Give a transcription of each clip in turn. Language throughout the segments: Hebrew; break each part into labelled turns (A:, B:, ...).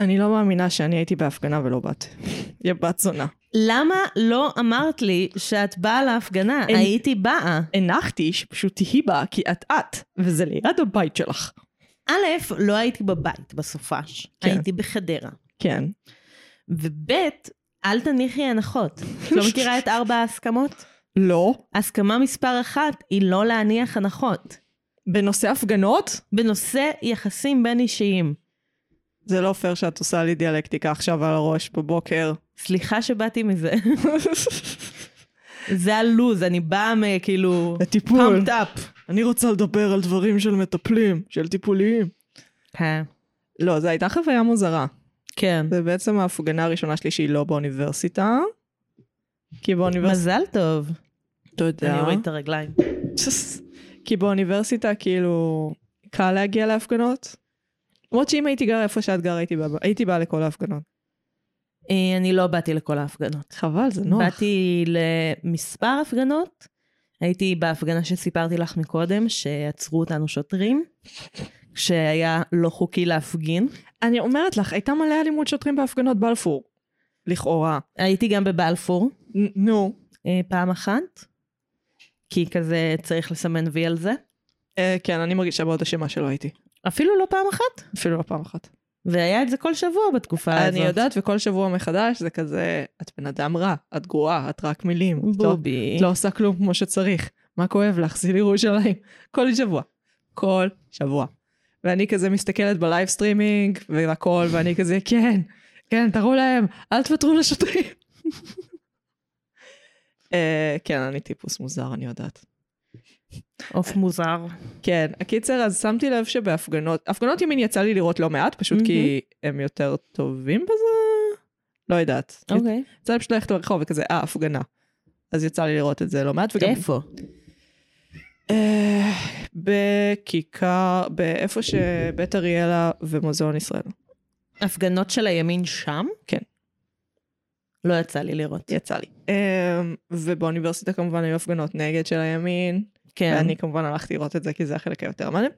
A: אני לא מאמינה שאני הייתי בהפגנה ולא באת. יא בת זונה.
B: למה לא אמרת לי שאת באה להפגנה?
A: אין-
B: הייתי באה.
A: הנחתי שפשוט תהיי בה כי את את, וזה ליד הבית שלך.
B: א', לא הייתי בבית בסופש,
A: כן.
B: הייתי בחדרה.
A: כן.
B: וב', אל תניחי הנחות. את לא מכירה את ארבע ההסכמות?
A: לא.
B: הסכמה מספר אחת היא לא להניח הנחות.
A: בנושא הפגנות?
B: בנושא יחסים בין אישיים.
A: זה לא פייר שאת עושה לי דיאלקטיקה עכשיו על הראש בבוקר.
B: סליחה שבאתי מזה. זה הלוז, אני באה כאילו, מכאילו...
A: הטיפול.
B: פאמפט אפ.
A: אני רוצה לדבר על דברים של מטפלים, של טיפוליים. לא, זו הייתה חוויה מוזרה.
B: כן.
A: זה בעצם ההפגנה הראשונה שלי שהיא לא באוניברסיטה. כי באוניברסיטה...
B: מזל טוב.
A: תודה.
B: אני אוריד את הרגליים.
A: כי באוניברסיטה כאילו קל להגיע להפגנות. למרות שאם הייתי גרה איפה שאת גרה הייתי באה הייתי באה לכל ההפגנות.
B: אה, אני לא באתי לכל ההפגנות.
A: חבל, זה נוח.
B: באתי למספר הפגנות. הייתי בהפגנה שסיפרתי לך מקודם, שעצרו אותנו שוטרים, שהיה לא חוקי להפגין.
A: אני אומרת לך, הייתה מלא אלימות שוטרים בהפגנות בלפור. לכאורה.
B: הייתי גם בבלפור
A: נ- נו.
B: אה, פעם אחת, כי כזה צריך לסמן וי על זה.
A: אה, כן, אני מרגישה מאוד אשמה שלא הייתי.
B: אפילו לא פעם אחת.
A: אפילו לא פעם אחת.
B: והיה את זה כל שבוע בתקופה הזאת.
A: אני יודעת, וכל שבוע מחדש זה כזה, את בן אדם רע, את גרועה, את רק מילים. את לא-
B: בובי.
A: את לא עושה כלום כמו שצריך. מה כואב לך? זה לירושלים. כל שבוע. כל שבוע. ואני כזה מסתכלת בלייב סטרימינג והכל, ואני כזה, כן, כן, תראו להם, אל תוותרו לשוטרים. אה, כן, אני טיפוס מוזר, אני יודעת.
B: עוף מוזר.
A: כן, הקיצר, אז שמתי לב שבהפגנות, הפגנות ימין יצא לי לראות לא מעט, פשוט כי הם יותר טובים בזה? לא יודעת.
B: אוקיי.
A: יצא לי פשוט ללכת לרחוב וכזה, אה, הפגנה. אז יצא לי לראות את זה לא מעט, וגם...
B: אוקיי. איפה?
A: אה, בכיכר, באיפה שבית אריאלה ומוזיאון ישראל.
B: הפגנות של הימין שם?
A: כן.
B: לא יצא לי לראות.
A: יצא לי. אה, ובאוניברסיטה כמובן היו הפגנות נגד של הימין,
B: כן.
A: ואני כמובן הלכתי לראות את זה כי זה החלק היותר מעניין.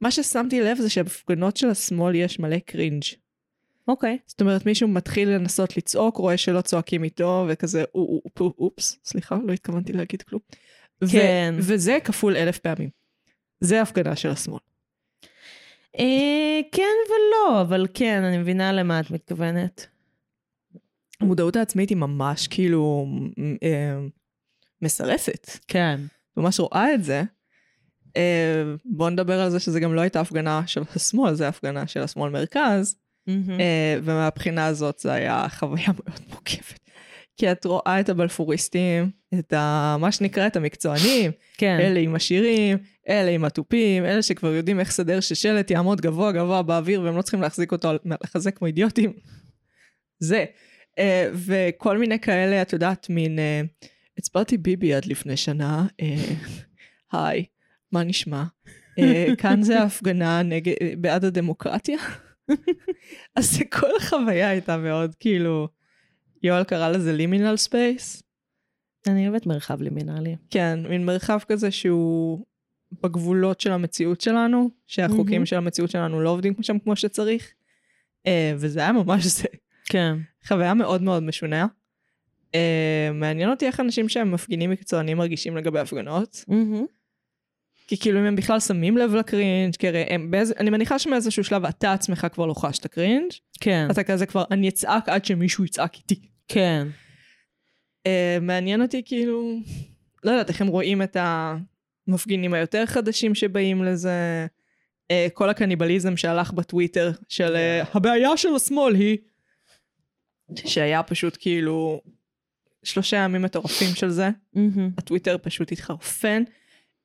A: מה ששמתי לב זה שבהפגנות של השמאל יש מלא קרינג'.
B: אוקיי.
A: זאת אומרת, מישהו מתחיל לנסות לצעוק, רואה שלא צועקים איתו, וכזה, "או, או, או, אופס, סליחה, לא התכוונתי להגיד כלום. ו-
B: כן.
A: וזה כפול אלף פעמים. זה הפגנה של השמאל.
B: אה, כן ולא, אבל כן, אני מבינה למה את מתכוונת.
A: המודעות העצמית היא ממש כאילו מ- אה, מסרסת.
B: כן.
A: ממש רואה את זה. אה, בואו נדבר על זה שזה גם לא הייתה הפגנה של השמאל, זה הפגנה של השמאל מרכז, אה, ומהבחינה הזאת זה היה חוויה מאוד מורכבת. כי את רואה את הבלפוריסטים, את ה, מה שנקרא את המקצוענים,
B: כן.
A: אלה עם השירים, אלה עם התופים, אלה שכבר יודעים איך לסדר ששלט יעמוד גבוה גבוה באוויר והם לא צריכים להחזיק אותו, על- לחזק כמו אידיוטים. זה. אה, וכל מיני כאלה, את יודעת, מין... אה, הצבעתי ביבי עד לפני שנה, אה, היי, מה נשמע? אה, כאן זה ההפגנה נגד, אה, בעד הדמוקרטיה. אז כל החוויה הייתה מאוד כאילו, יואל קרא לזה לימינל ספייס.
B: אני אוהבת מרחב לימינלי.
A: כן, מין מרחב כזה שהוא בגבולות של המציאות שלנו, שהחוקים
B: מהמם.
A: mm-hmm. של המציאות שלנו לא עובדים שם כמו שצריך, אה, וזה היה ממש זה.
B: כן.
A: חוויה מאוד מאוד משונה. אה, מעניין אותי איך אנשים שהם מפגינים מקצוענים מרגישים לגבי הפגנות, כי כאילו אם הם בכלל שמים לב לקרינג', כי הרי הם באיזה, אני מניחה שמאיזשהו שלב אתה עצמך כבר לא חש את הקרינג',
B: כן.
A: אתה כזה כבר, אני אצעק עד שמישהו יצעק איתי.
B: כן.
A: אה, מעניין אותי כאילו, לא יודעת איך הם רואים את המפגינים היותר חדשים שבאים לזה, אה, כל הקניבליזם שהלך בטוויטר של אה, הבעיה של השמאל היא, שהיה פשוט כאילו שלושה ימים מטורפים של זה, הטוויטר פשוט התחרפן,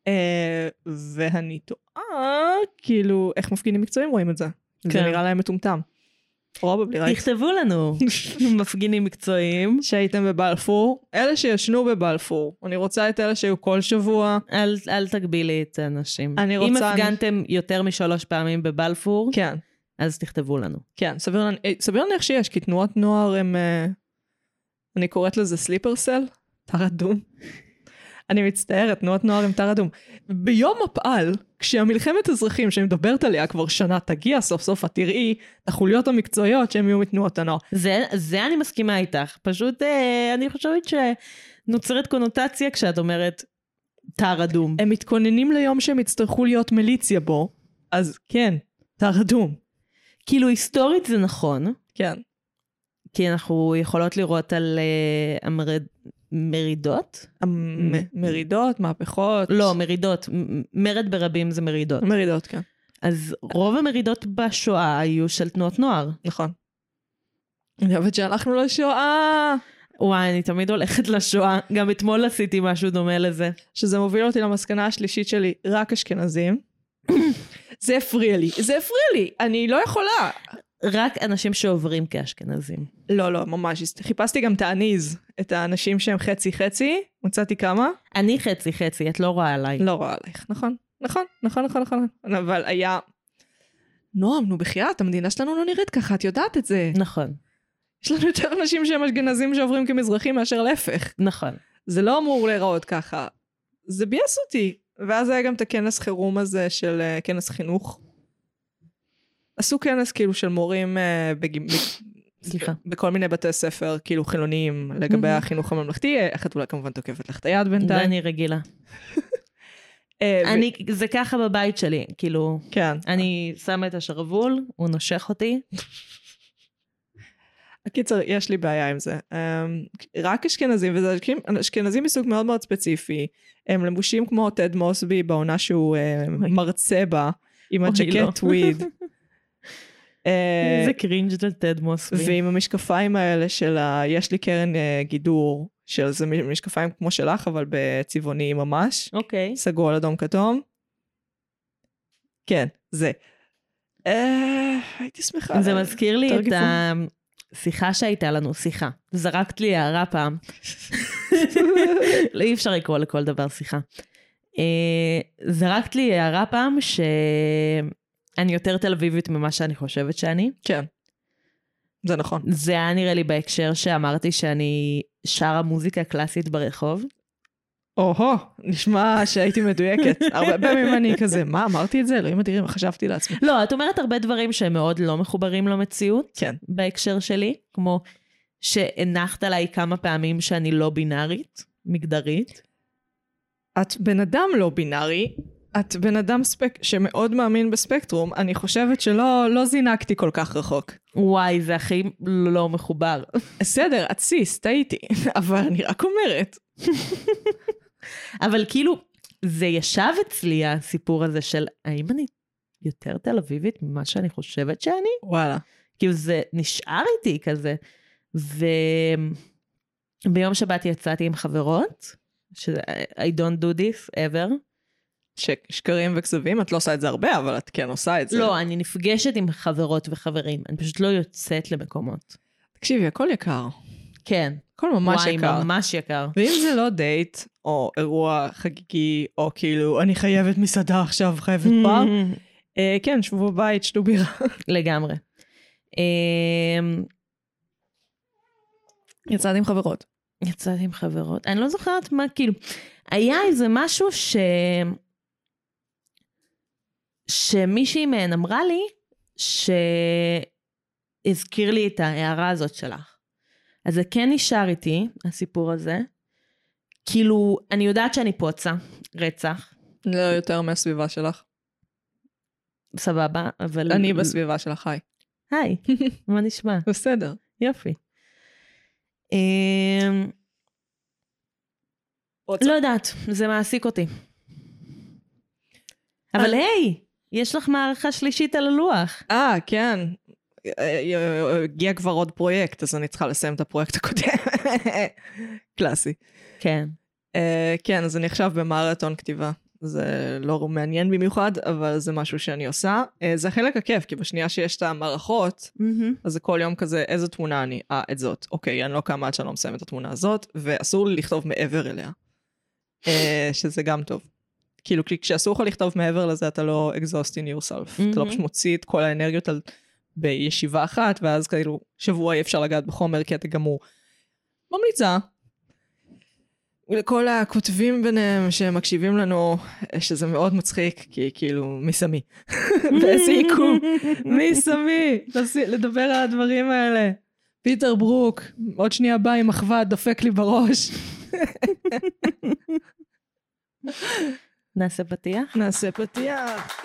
A: אה, ואני טועה כאילו איך מפגינים מקצועיים רואים את זה, זה
B: כן.
A: נראה להם מטומטם. פרובלי, right?
B: תכתבו לנו, מפגינים מקצועיים,
A: שהייתם בבלפור, אלה שישנו בבלפור, אני רוצה את אלה שהיו כל שבוע.
B: אל, אל תגבילי את האנשים.
A: אני
B: אם
A: רוצה-
B: הפגנתם יותר משלוש פעמים בבלפור,
A: כן,
B: אז תכתבו לנו.
A: כן, סביר להניח- אה, סביר להניח שיש, כי תנועות נוער הם... אה, אני קוראת לזה סליפר סל, תר אדום. אני מצטערת, תנועות נוער הם תר אדום. ביום מפעל כשהמלחמת אזרחים שאני מדברת עליה כבר שנה תגיע סוף סוף, את תראי את החוליות המקצועיות שהם יהיו מתנועות הנוער.
B: זה, זה אני מסכימה איתך. פשוט אה, אני חושבת שנוצרת קונוטציה כשאת אומרת תער אדום.
A: הם מתכוננים ליום שהם יצטרכו להיות מיליציה בו, אז כן, תר אדום.
B: כאילו היסטורית זה נכון,
A: כן.
B: כי אנחנו יכולות לראות על אה, המרד... מרידות?
A: המ-
B: מ-
A: מרידות, מהפכות.
B: לא, מרידות. מ- מרד ברבים זה מרידות.
A: מרידות, כן.
B: אז רוב המרידות בשואה היו של תנועות נוער.
A: נכון. אני אוהבת שהלכנו לשואה,
B: וואי, אני תמיד הולכת לשואה. גם אתמול עשיתי משהו דומה לזה.
A: שזה מוביל אותי למסקנה השלישית שלי, רק אשכנזים. זה הפריע לי, זה הפריע לי, אני לא יכולה.
B: רק אנשים שעוברים כאשכנזים.
A: לא, לא, ממש, חיפשתי גם תעניז, את האנשים שהם חצי חצי, מצאתי כמה,
B: אני חצי חצי, את לא רואה עליי.
A: לא רואה עלייך, נכון, נכון, נכון, נכון, נכון, אבל היה... נועם, נו בחייאת, המדינה שלנו לא נראית ככה, את יודעת את זה.
B: נכון,
A: יש לנו יותר אנשים שהם אשכנזים שעוברים כמזרחים מאשר להפך.
B: נכון.
A: זה לא אמור להיראות ככה. זה ביאס אותי. ואז היה גם את הכנס חירום הזה של אה, כנס חינוך. עשו כנס כאילו של מורים אה, בג... בג...
B: סליחה.
A: בכל מיני בתי ספר כאילו חילוניים לגבי
B: מהמם.
A: החינוך הממלכתי. אה, החתולה כמובן תוקפת לך את היד
B: זה
A: בינתיים.
B: אני רגילה.
A: אה, ו-
B: אני, זה ככה בבית שלי, כאילו,
A: כן.
B: אני שמה את השרוול, הוא נושך אותי.
A: קיצר, יש לי בעיה עם זה. אמ, רק אשכנזים, וזה אשכנ- אשכנזים מסוג מאוד מאוד ספציפי. הם לבושים כמו טד מוסבי בעונה שהוא אה,
B: אוי.
A: מרצה בה, עם
B: אוי, לא.
A: הג'קט טוויד. אה,
B: זה קרינג' של טד מוסבי.
A: ועם המשקפיים האלה של ה... יש לי קרן אה, גידור, של זה מ- משקפיים כמו שלך, אבל בצבעוני ממש.
B: אוקיי.
A: סגול, אדום, כתום. כן, זה. אה, הייתי שמחה.
B: זה
A: ל-
B: מזכיר לי
A: יותר
B: את
A: גיוון.
B: השיחה שהייתה לנו, שיחה. זרקת לי הערה פעם. לא, אי אפשר לקרוא לכל דבר שיחה. אה, זרקת לי הערה פעם שאני יותר תל אביבית ממה שאני חושבת שאני.
A: כן. זה נכון.
B: זה היה נראה לי בהקשר שאמרתי שאני שרה מוזיקה קלאסית ברחוב.
A: או-הו, נשמע שהייתי מדויקת. הרבה פעמים אני כזה, מה, אמרתי את זה? אלוהים אדירים, חשבתי לעצמי.
B: לא, את אומרת הרבה דברים שהם מאוד לא מחוברים למציאות
A: כן.
B: בהקשר שלי, כמו שהנחת עליי כמה פעמים שאני לא בינארית, מגדרית.
A: את בן אדם לא בינארי, את בן אדם ספק... שמאוד מאמין בספקטרום, אני חושבת שלא לא זינקתי כל כך רחוק.
B: וואי, זה הכי לא מחובר.
A: בסדר, את סיס, טעיתי, אבל אני רק אומרת.
B: אבל כאילו, זה ישב אצלי הסיפור הזה של האם אני יותר תל אביבית ממה שאני חושבת שאני?
A: וואלה.
B: כאילו זה נשאר איתי כזה. וביום שבת יצאתי עם חברות, ש- I don't do this ever.
A: ש... שקרים וכזבים, את לא עושה את זה הרבה, אבל את כן עושה את זה.
B: לא, אני נפגשת עם חברות וחברים, אני פשוט לא יוצאת למקומות.
A: תקשיבי, הכל יקר.
B: כן.
A: הכל ממש
B: וואי,
A: יקר.
B: ממש יקר.
A: ואם זה לא דייט, או אירוע חגיגי, או כאילו, אני חייבת מסעדה עכשיו, חייבת בר,
B: Mm.
A: אה, כן, שבו בבית, שתו בירה.
B: לגמרי. אמ,
A: יצאת עם חברות.
B: יצאתי עם חברות. אני לא זוכרת מה, כאילו, היה איזה משהו ש... שמישהי מהן אמרה לי, שהזכיר לי את ההערה הזאת שלך. אז זה כן נשאר איתי, הסיפור הזה. כאילו, אני יודעת שאני פוצה, רצח,
A: לא יותר מהסביבה שלך.
B: סבבה, אבל...
A: אני בסביבה שלך, היי.
B: היי, מה נשמע?
A: בסדר.
B: יופי. אמ, לא יודעת, זה מעסיק אותי. אבל היי, יש לך מערכה שלישית על הלוח.
A: אה, כן. אה, אה, הגיע כבר עוד פרויקט, אז אני צריכה לסיים את הפרויקט הקודם. קלאסי.
B: כן.
A: אה, כן, אז אני עכשיו במרתון כתיבה. זה לא מעניין במיוחד, אבל זה משהו שאני עושה. אה, זה חלק הכיף, כי בשנייה שיש את המערכות, אז זה כל יום כזה, איזה תמונה אני? אה, את זאת. אוקיי, אני לא קמה עד שאני לא מסיים את התמונה הזאת, ואסור לי לכתוב מעבר אליה. אה, שזה גם טוב. כאילו, כי כשאסור לך לכתוב מעבר לזה, אתה לא exhaust in yourself. Mm-hmm. אתה לא
B: מהמם.
A: פשוט מוציא את כל האנרגיות על... בישיבה אחת, ואז כאילו, שבוע אי אפשר לגעת בחומר כי אתה גמור. ממליצה. לכל הכותבים ביניהם שמקשיבים לנו, שזה מאוד מצחיק, כי כאילו, מי שמי? באיזה יקום? מי שמי? תפסיק לדבר על הדברים האלה. פיטר ברוק, עוד שנייה בא עם מחווה, דופק לי בראש.
B: נעשה פתיח?
A: נעשה פתיח.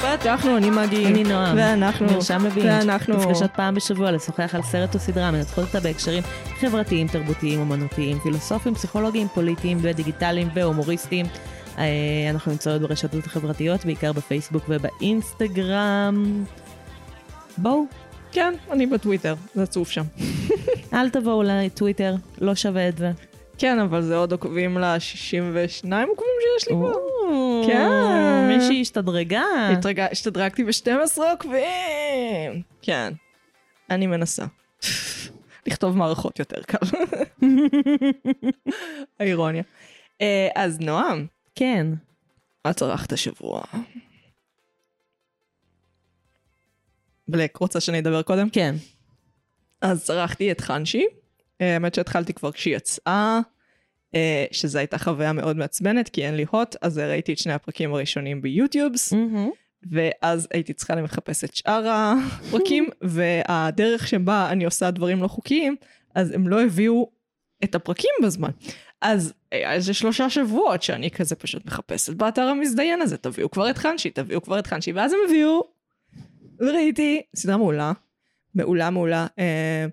A: פתחנו, אני מגי.
B: אני נועם.
A: ואנחנו.
B: מרשם לבינג'.
A: ואנחנו.
B: נפגשות פעם בשבוע לשוחח על סרט או סדרה, מנתחות אותה בהקשרים חברתיים, תרבותיים, אומנותיים, פילוסופיים, פסיכולוגיים, פוליטיים ודיגיטליים והומוריסטיים. אה, אנחנו נמצאות ברשתות החברתיות, בעיקר בפייסבוק ובאינסטגרם. בואו,
A: כן, אני בטוויטר, רצוף שם.
B: אל תבואו לטוויטר, לא שווה את זה.
A: כן, אבל זה עוד עוקבים ל-62 עוקבים שיש לי פה.
B: כן. מישהי השתדרגה.
A: התרג- השתדרגתי ב-12 עוקבים! כן. אני מנסה. לכתוב מערכות יותר קל. האירוניה. אה, אז נועם,
B: כן.
A: מה צרכת השבוע? בלק, רוצה שאני אדבר קודם?
B: כן.
A: אז צרכתי את חנשי. אה, האמת שהתחלתי כבר כשהיא יצאה, אה, שזו הייתה חוויה מאוד מעצבנת, כי אין לי הוט, אז ראיתי את שני הפרקים הראשונים ביוטיובס. ואז הייתי צריכה לחפש את שאר הפרקים, והדרך שבה אני עושה דברים לא חוקיים, אז הם לא הביאו את הפרקים בזמן. אז היה איזה שלושה שבועות שאני כזה פשוט מחפשת באתר המזדיין הזה, תביאו כבר את חנשי, תביאו כבר את חנשי, ואז הם הביאו, וראיתי, סדרה מעולה, מעולה מעולה. אה,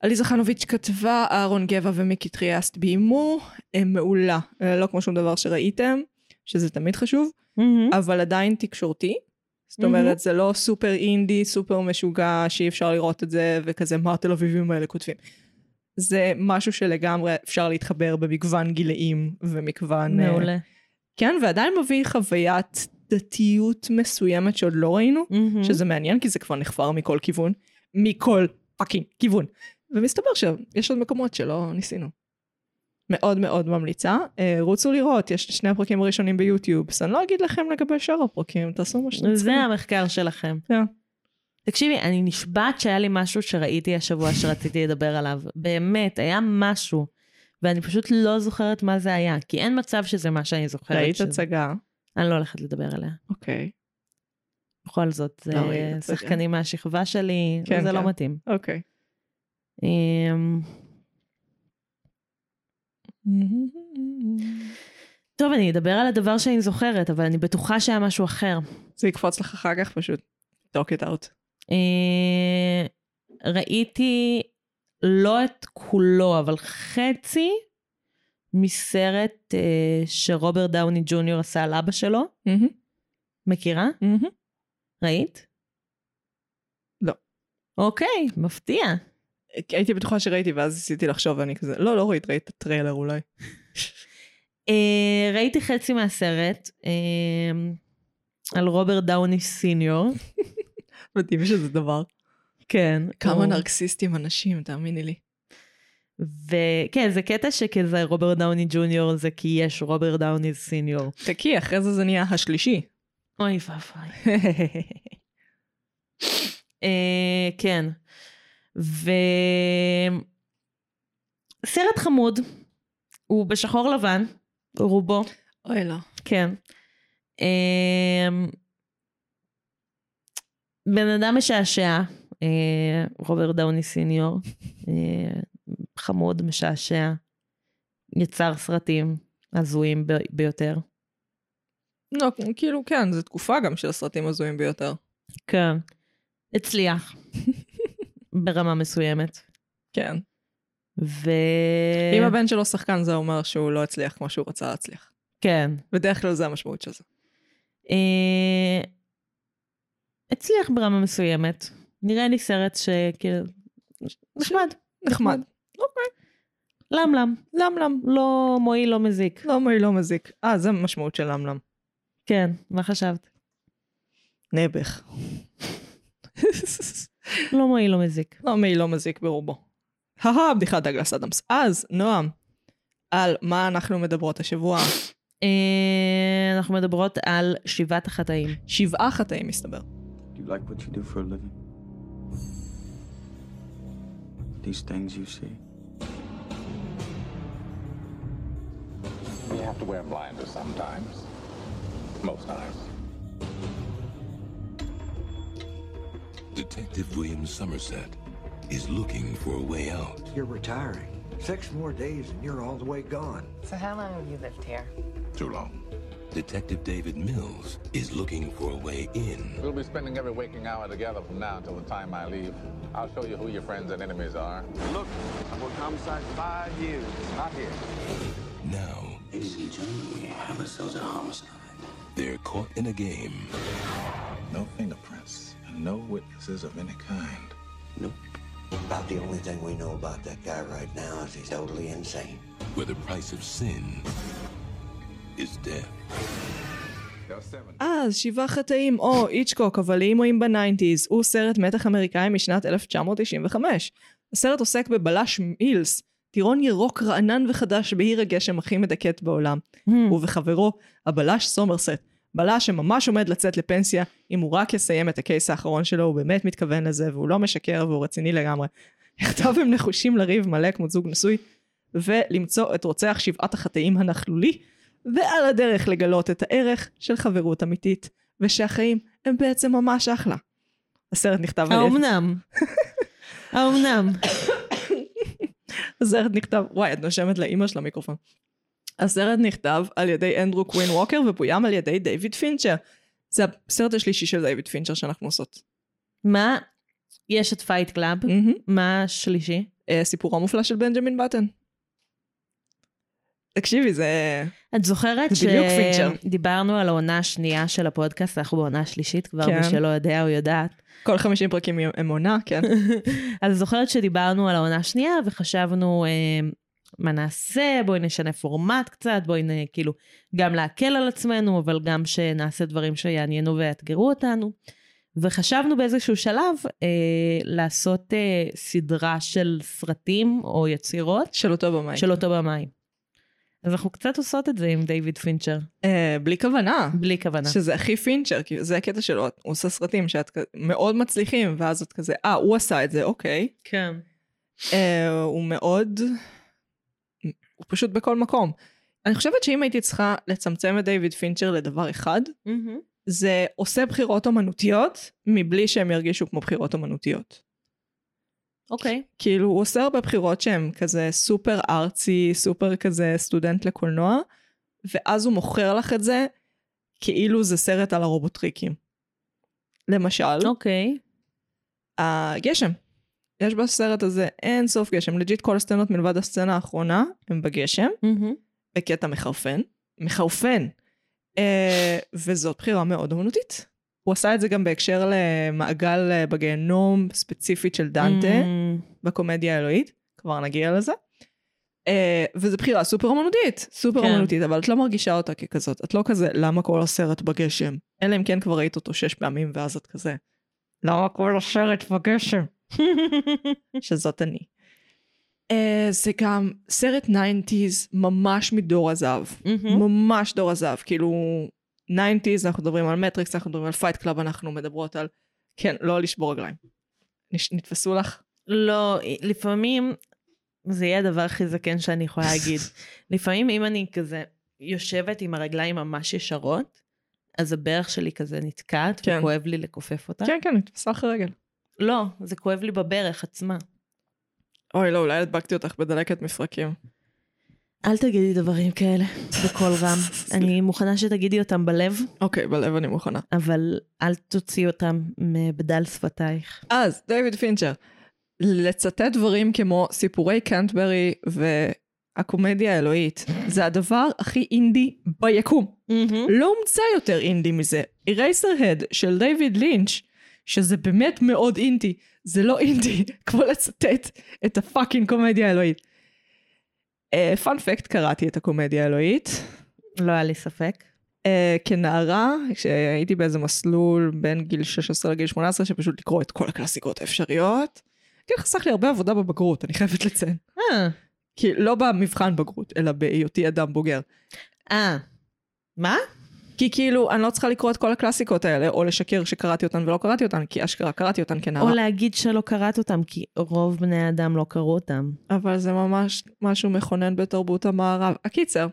A: עליזה חנוביץ' כתבה, אהרון גבע ומיקי טריאסט ביימו, אה, מעולה, אה, לא כמו שום דבר שראיתם, שזה תמיד חשוב. אבל עדיין תקשורתי. זאת אומרת, זה לא סופר אינדי, סופר משוגע, שאי אפשר לראות את זה, וכזה, מה התל אביבים האלה כותבים. זה משהו שלגמרי אפשר להתחבר במגוון גילאים ומגוון... אה,
B: מעולה.
A: כן, ועדיין מביא חוויית דתיות מסוימת שעוד לא ראינו, שזה מעניין, כי זה כבר נחפר מכל כיוון. מכל פאקינג כיוון. ומסתבר שיש עוד מקומות שלא ניסינו. מאוד מאוד ממליצה. אה, רוצו לראות, יש שני הפרקים הראשונים ביוטיוב, אז אני לא אגיד לכם לגבי שאר הפרקים, תעשו מה שאתם
B: זה
A: צריכים.
B: המחקר שלכם.
A: כן.
B: תקשיבי, אני נשבעת שהיה לי משהו שראיתי השבוע שרציתי לדבר עליו. באמת, היה משהו. ואני פשוט לא זוכרת מה זה היה, כי אין מצב שזה מה שאני זוכרת.
A: ראית
B: שזה-
A: הצגה,
B: אני לא הולכת לדבר עליה.
A: אוקיי,
B: בכל זאת, זה
A: לא ראית הצגה.
B: שחקנים מהשכבה שלי,
A: כן,
B: זה
A: כן.
B: לא מתאים.
A: אוקיי.
B: אמ, טוב, אני אדבר על הדבר שאני זוכרת, אבל אני בטוחה שהיה משהו אחר.
A: זה יקפוץ לך אחר כך פשוט. talk it out.
B: אה, ראיתי לא את כולו, אבל חצי מסרט אה, שרוברט דאוני ג'וניור עשה על אבא שלו.
A: Mm-hmm,
B: מכירה? ראית?
A: לא.
B: אוקיי, מפתיע.
A: הייתי בטוחה שראיתי ואז ניסיתי לחשוב ואני כזה, לא, לא ראית, ראית את הטריילר אולי.
B: אה, ראיתי חצי מהסרט אה, על רוברט דאוני סיניור.
A: מדהים שזה דבר.
B: כן.
A: כמה נרקסיסטים אנשים, תאמיני לי.
B: וכן, כן, זה קטע שכזה רוברט דאוני ג'וניור זה כי יש רוברט דאוני סיניור.
A: חכי, אחרי זה זה נהיה השלישי.
B: אוי ואבוי. אה, כן. ו... סרט חמוד, הוא בשחור לבן, רובו,
A: אוי לא.
B: כן. אה, בן אדם משעשע, אה, רוברט דאוני סיניור, אה, חמוד, משעשע, יצר סרטים הזויים ב- ביותר.
A: לא, כאילו כן, זו תקופה גם של הסרטים הזויים ביותר.
B: כן. הצליח. ברמה מסוימת.
A: כן.
B: ו...
A: אם הבן שלו שחקן זה אומר שהוא לא הצליח כמו שהוא רצה להצליח.
B: כן.
A: בדרך כלל זה המשמעות של זה.
B: אה... הצליח ברמה מסוימת. נראה לי סרט שכאילו... נחמד.
A: נחמד.
B: למלם.
A: למ למ.
B: לא מועיל, לא מזיק.
A: לא מי לא מזיק. אה, זה המשמעות של למ למ.
B: כן, מה חשבת?
A: נעבך.
B: לא מועיל, לא מזיק.
A: לא מי לא מזיק ברובו. הא בדיחת דגלס אדמס. אז, נועם, על מה אנחנו מדברות השבוע.
B: אה, אנחנו מדברות על שבעת החטאים.
A: שבעה חטאים מסתבר.
C: Do you like what you do for a living? These things you see?
D: You have to wear blinders sometimes. Most times.
E: Detective William Somerset is looking for a way out.
F: You're retiring. Six more days and you're all the way gone.
G: So how long have you lived here?
E: Too long. Detective David Mills is looking for a way in.
D: We'll be spending every waking hour together from now until the time I leave. I'll show you who your friends and enemies are.
H: Look, I've worked homicide five years. Not here.
E: Now,
I: Ladies and gentlemen, we have ourselves a homicide.
E: they're caught in a game
D: No fingerprints and no witnesses of any kind.
I: Nope.
F: About the only thing we know about that guy right now is he's totally insane.
E: where the price of sin is death.
D: There are seven.
A: אז שבעה חטאים, או איצ'קוק, אבל לאימואים בניינטיז, הוא סרט מתח אמריקאי משנת 1995. הסרט עוסק בבלש מילס, טירון ירוק רענן וחדש בעיר הגשם הכי מדכאת בעולם. הוא וחברו, הבלש סומרסט. בלש שממש עומד לצאת לפנסיה, אם הוא רק יסיים את הקייס האחרון שלו, הוא באמת מתכוון לזה, והוא לא משקר והוא רציני לגמרי. יחדיו הם נחושים לריב מלא כמו זוג נשוי, ולמצוא את רוצח שבעת החטאים הנכלולי, ועל הדרך לגלות את הערך של חברות אמיתית, ושהחיים הם בעצם ממש אחלה. הסרט נכתב על ידי...
B: האומנם? האומנם?
A: הסרט נכתב... וואי, את נושמת לאימא של המיקרופון. הסרט נכתב על ידי אנדרו קווין ווקר ובוים על ידי דיוויד פינצ'ר. זה הסרט השלישי של דיוויד פינצ'ר שאנחנו עושות.
B: מה? יש את פייט קלאב.
A: מהמם.
B: מה השלישי?
A: אה, סיפורו המופלא של בנג'מין באטן. תקשיבי, זה...
B: את זוכרת
A: זה בדיוק פיצ'ר.
B: שדיברנו על העונה השנייה של הפודקאסט, אנחנו בעונה השלישית כבר,
A: כן.
B: מי שלא יודע או יודעת.
A: כל 50 פרקים הם עונה, כן.
B: אז זוכרת שדיברנו על העונה השנייה וחשבנו אה, מה נעשה, בואי נשנה פורמט קצת, בואי נ, כאילו גם להקל על עצמנו, אבל גם שנעשה דברים שיעניינו ויאתגרו אותנו. וחשבנו באיזשהו שלב אה, לעשות אה, סדרה של סרטים או יצירות
A: של אותו במאי.
B: של אותו במאי. אז אנחנו קצת עושות את זה עם דיוויד פינצ'ר,
A: אה, בלי כוונה.
B: בלי כוונה.
A: שזה הכי פינצ'ר, כי זה הקטע שלו, הוא עושה סרטים שאת כ- מאוד מצליחים, ואז את כזה, אה, הוא עשה את זה, אוקיי.
B: כן.
A: אה, הוא מאוד... הוא פשוט בכל מקום. אני חושבת שאם הייתי צריכה לצמצם את דיוויד פינצ'ר לדבר אחד, זה עושה בחירות אומנותיות מבלי שהם ירגישו כמו בחירות אומנותיות.
B: אוקיי.
A: כאילו הוא עושה הרבה בחירות שהן כזה סופר ארצי, סופר כזה סטודנט לקולנוע, ואז הוא מוכר לך את זה כאילו זה סרט על הרובוטריקים. למשל,
B: אוקיי.
A: הגשם. יש בסרט הזה אין סוף גשם, לג'יט כל הסצנות מלבד הסצנה האחרונה הם בגשם,
B: מהמם.
A: בקטע מחרפן, מחרפן, אה, וזאת בחירה מאוד אומנותית. הוא עשה את זה גם בהקשר למעגל אה, בגיהנום ספציפית של דנטה.
B: מהמם.
A: בקומדיה האלוהית, כבר נגיע לזה. Uh, וזו בחירה סופר אומנותית, סופר
B: כן.
A: כן. אומנותית, אבל את לא מרגישה אותה ככזאת. את לא כזה, למה כל הסרט בגשם? אלא אם כן כבר ראית אותו שש פעמים, ואז את כזה, למה לא כל הסרט בגשם? שזאת אני. Uh, זה גם סרט 90's ממש מדור הזהב.
B: מהמם.
A: ממש דור הזהב, כאילו 90's, אנחנו מדברים על מטריקס, אנחנו מדברים על פייט קלאב, אנחנו מדברות על, כן, לא לשבור רגליים. נש- נתפסו לך?
B: לא, לפעמים זה יהיה הדבר הכי זקן שאני יכולה להגיד. לפעמים אם אני כזה יושבת עם הרגליים ממש ישרות, אז הברך שלי כזה נתקעת,
A: כן.
B: וכואב לי לכופף אותה.
A: כן, כן, נתפסה לך רגל.
B: לא, זה כואב לי בברך עצמה.
A: אוי, לא, אולי הדבקתי אותך בדלקת מפרקים.
B: אל תגידי דברים כאלה בקול רם. אני מוכנה שתגידי אותם בלב,
A: אוקיי, בלב אני מוכנה.
B: אבל אל תוציאי אותם מבדל שפתייך.
A: אז, דיוויד פינצ'ר, לצטט דברים כמו סיפורי קנטברי והקומדיה האלוהית, זה הדבר הכי אינדי ביקום. לא הומצא יותר אינדי מזה. Eraserhead של דיוויד לינץ', שזה באמת מאוד אינדי, זה לא אינדי כמו לצטט את הפאקינג קומדיה האלוהית. פאנפקט, קראתי את הקומדיה האלוהית.
B: לא היה לי ספק.
A: אה, כנערה, כשהייתי באיזה מסלול בין גיל 16 לגיל 18, שפשוט לקרוא את כל הקלאסיקות האפשריות. כן, חסך לי הרבה עבודה בבגרות, אני חייבת לציין.
B: אה,
A: כי לא במבחן בגרות, אלא בהיותי אדם בוגר.
B: אה. מה?
A: כי כאילו, אני לא צריכה לקרוא את כל הקלאסיקות האלה, או לשקר שקראתי אותן ולא קראתי אותן, כי אשכרה קראתי אותן כנערה.
B: או להגיד שלא קראת אותם, כי רוב בני האדם לא קראו אותם.
A: אבל זה ממש משהו מכונן בתרבות המערב. הקיצר,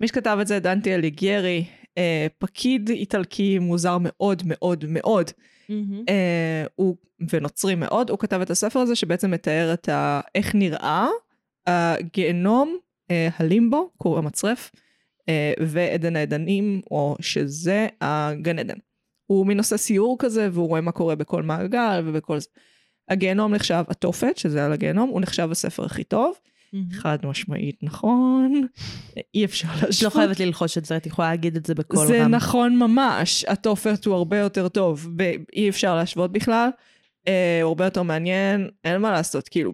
A: מי שכתב את זה, דנטי אליגיירי, אה, פקיד איטלקי מוזר מאוד מאוד מאוד,
B: Mm-hmm,
A: אה, הוא, ונוצרי מאוד, הוא כתב את הספר הזה שבעצם מתאר את ה, איך נראה הגיהנום, אה, הלימבו, כור המצרף, אה, ועדן העדנים, או שזה הגן עדן. הוא מין עושה סיור כזה, והוא רואה מה קורה בכל מעגל ובכל זה. הגיהנום נחשב, התופת, שזה על הגיהנום, הוא נחשב הספר הכי טוב.
B: mm-hmm.
A: חד משמעית נכון, אי אפשר
B: את
A: להשוות.
B: לא חייבת ללחוש את זה, את יכולה להגיד את זה בקול רם.
A: זה נכון ממש, התופת הוא הרבה יותר טוב, ב- אי אפשר להשוות בכלל, אה, הוא הרבה יותר מעניין, אין מה לעשות, כאילו,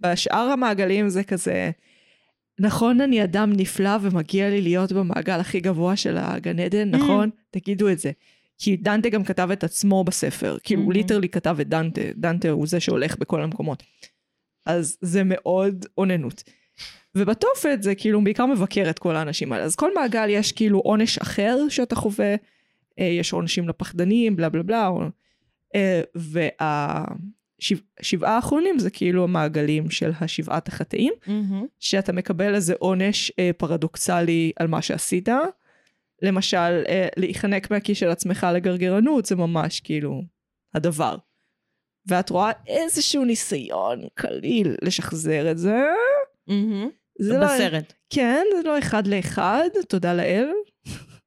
A: בשאר המעגלים זה כזה, נכון אני אדם נפלא ומגיע לי להיות במעגל הכי גבוה של הגן עדן, נכון? תגידו את זה. כי דנטה גם כתב את עצמו בספר, כאילו הוא
B: Mhm.
A: ליטרלי כתב את דנטה, דנטה הוא זה שהולך בכל המקומות. אז זה מאוד אוננות. ובתופת זה כאילו הוא בעיקר מבקר את כל האנשים האלה. אז כל מעגל יש כאילו עונש אחר שאתה חווה, אה, יש עונשים לפחדנים, בלה בלה בלה, או- אה, והשבעה האחרונים זה כאילו המעגלים של השבעת החטאים,
B: מהמם.
A: שאתה מקבל איזה עונש אה, פרדוקסלי על מה שעשית. למשל, אה, להיחנק מהכיס של עצמך לגרגרנות זה ממש כאילו הדבר. ואת רואה איזשהו ניסיון קליל לשחזר את זה.
B: מהמם.
A: זה לא-
B: בסרט.
A: כן, זה לא אחד לאחד, תודה לאל.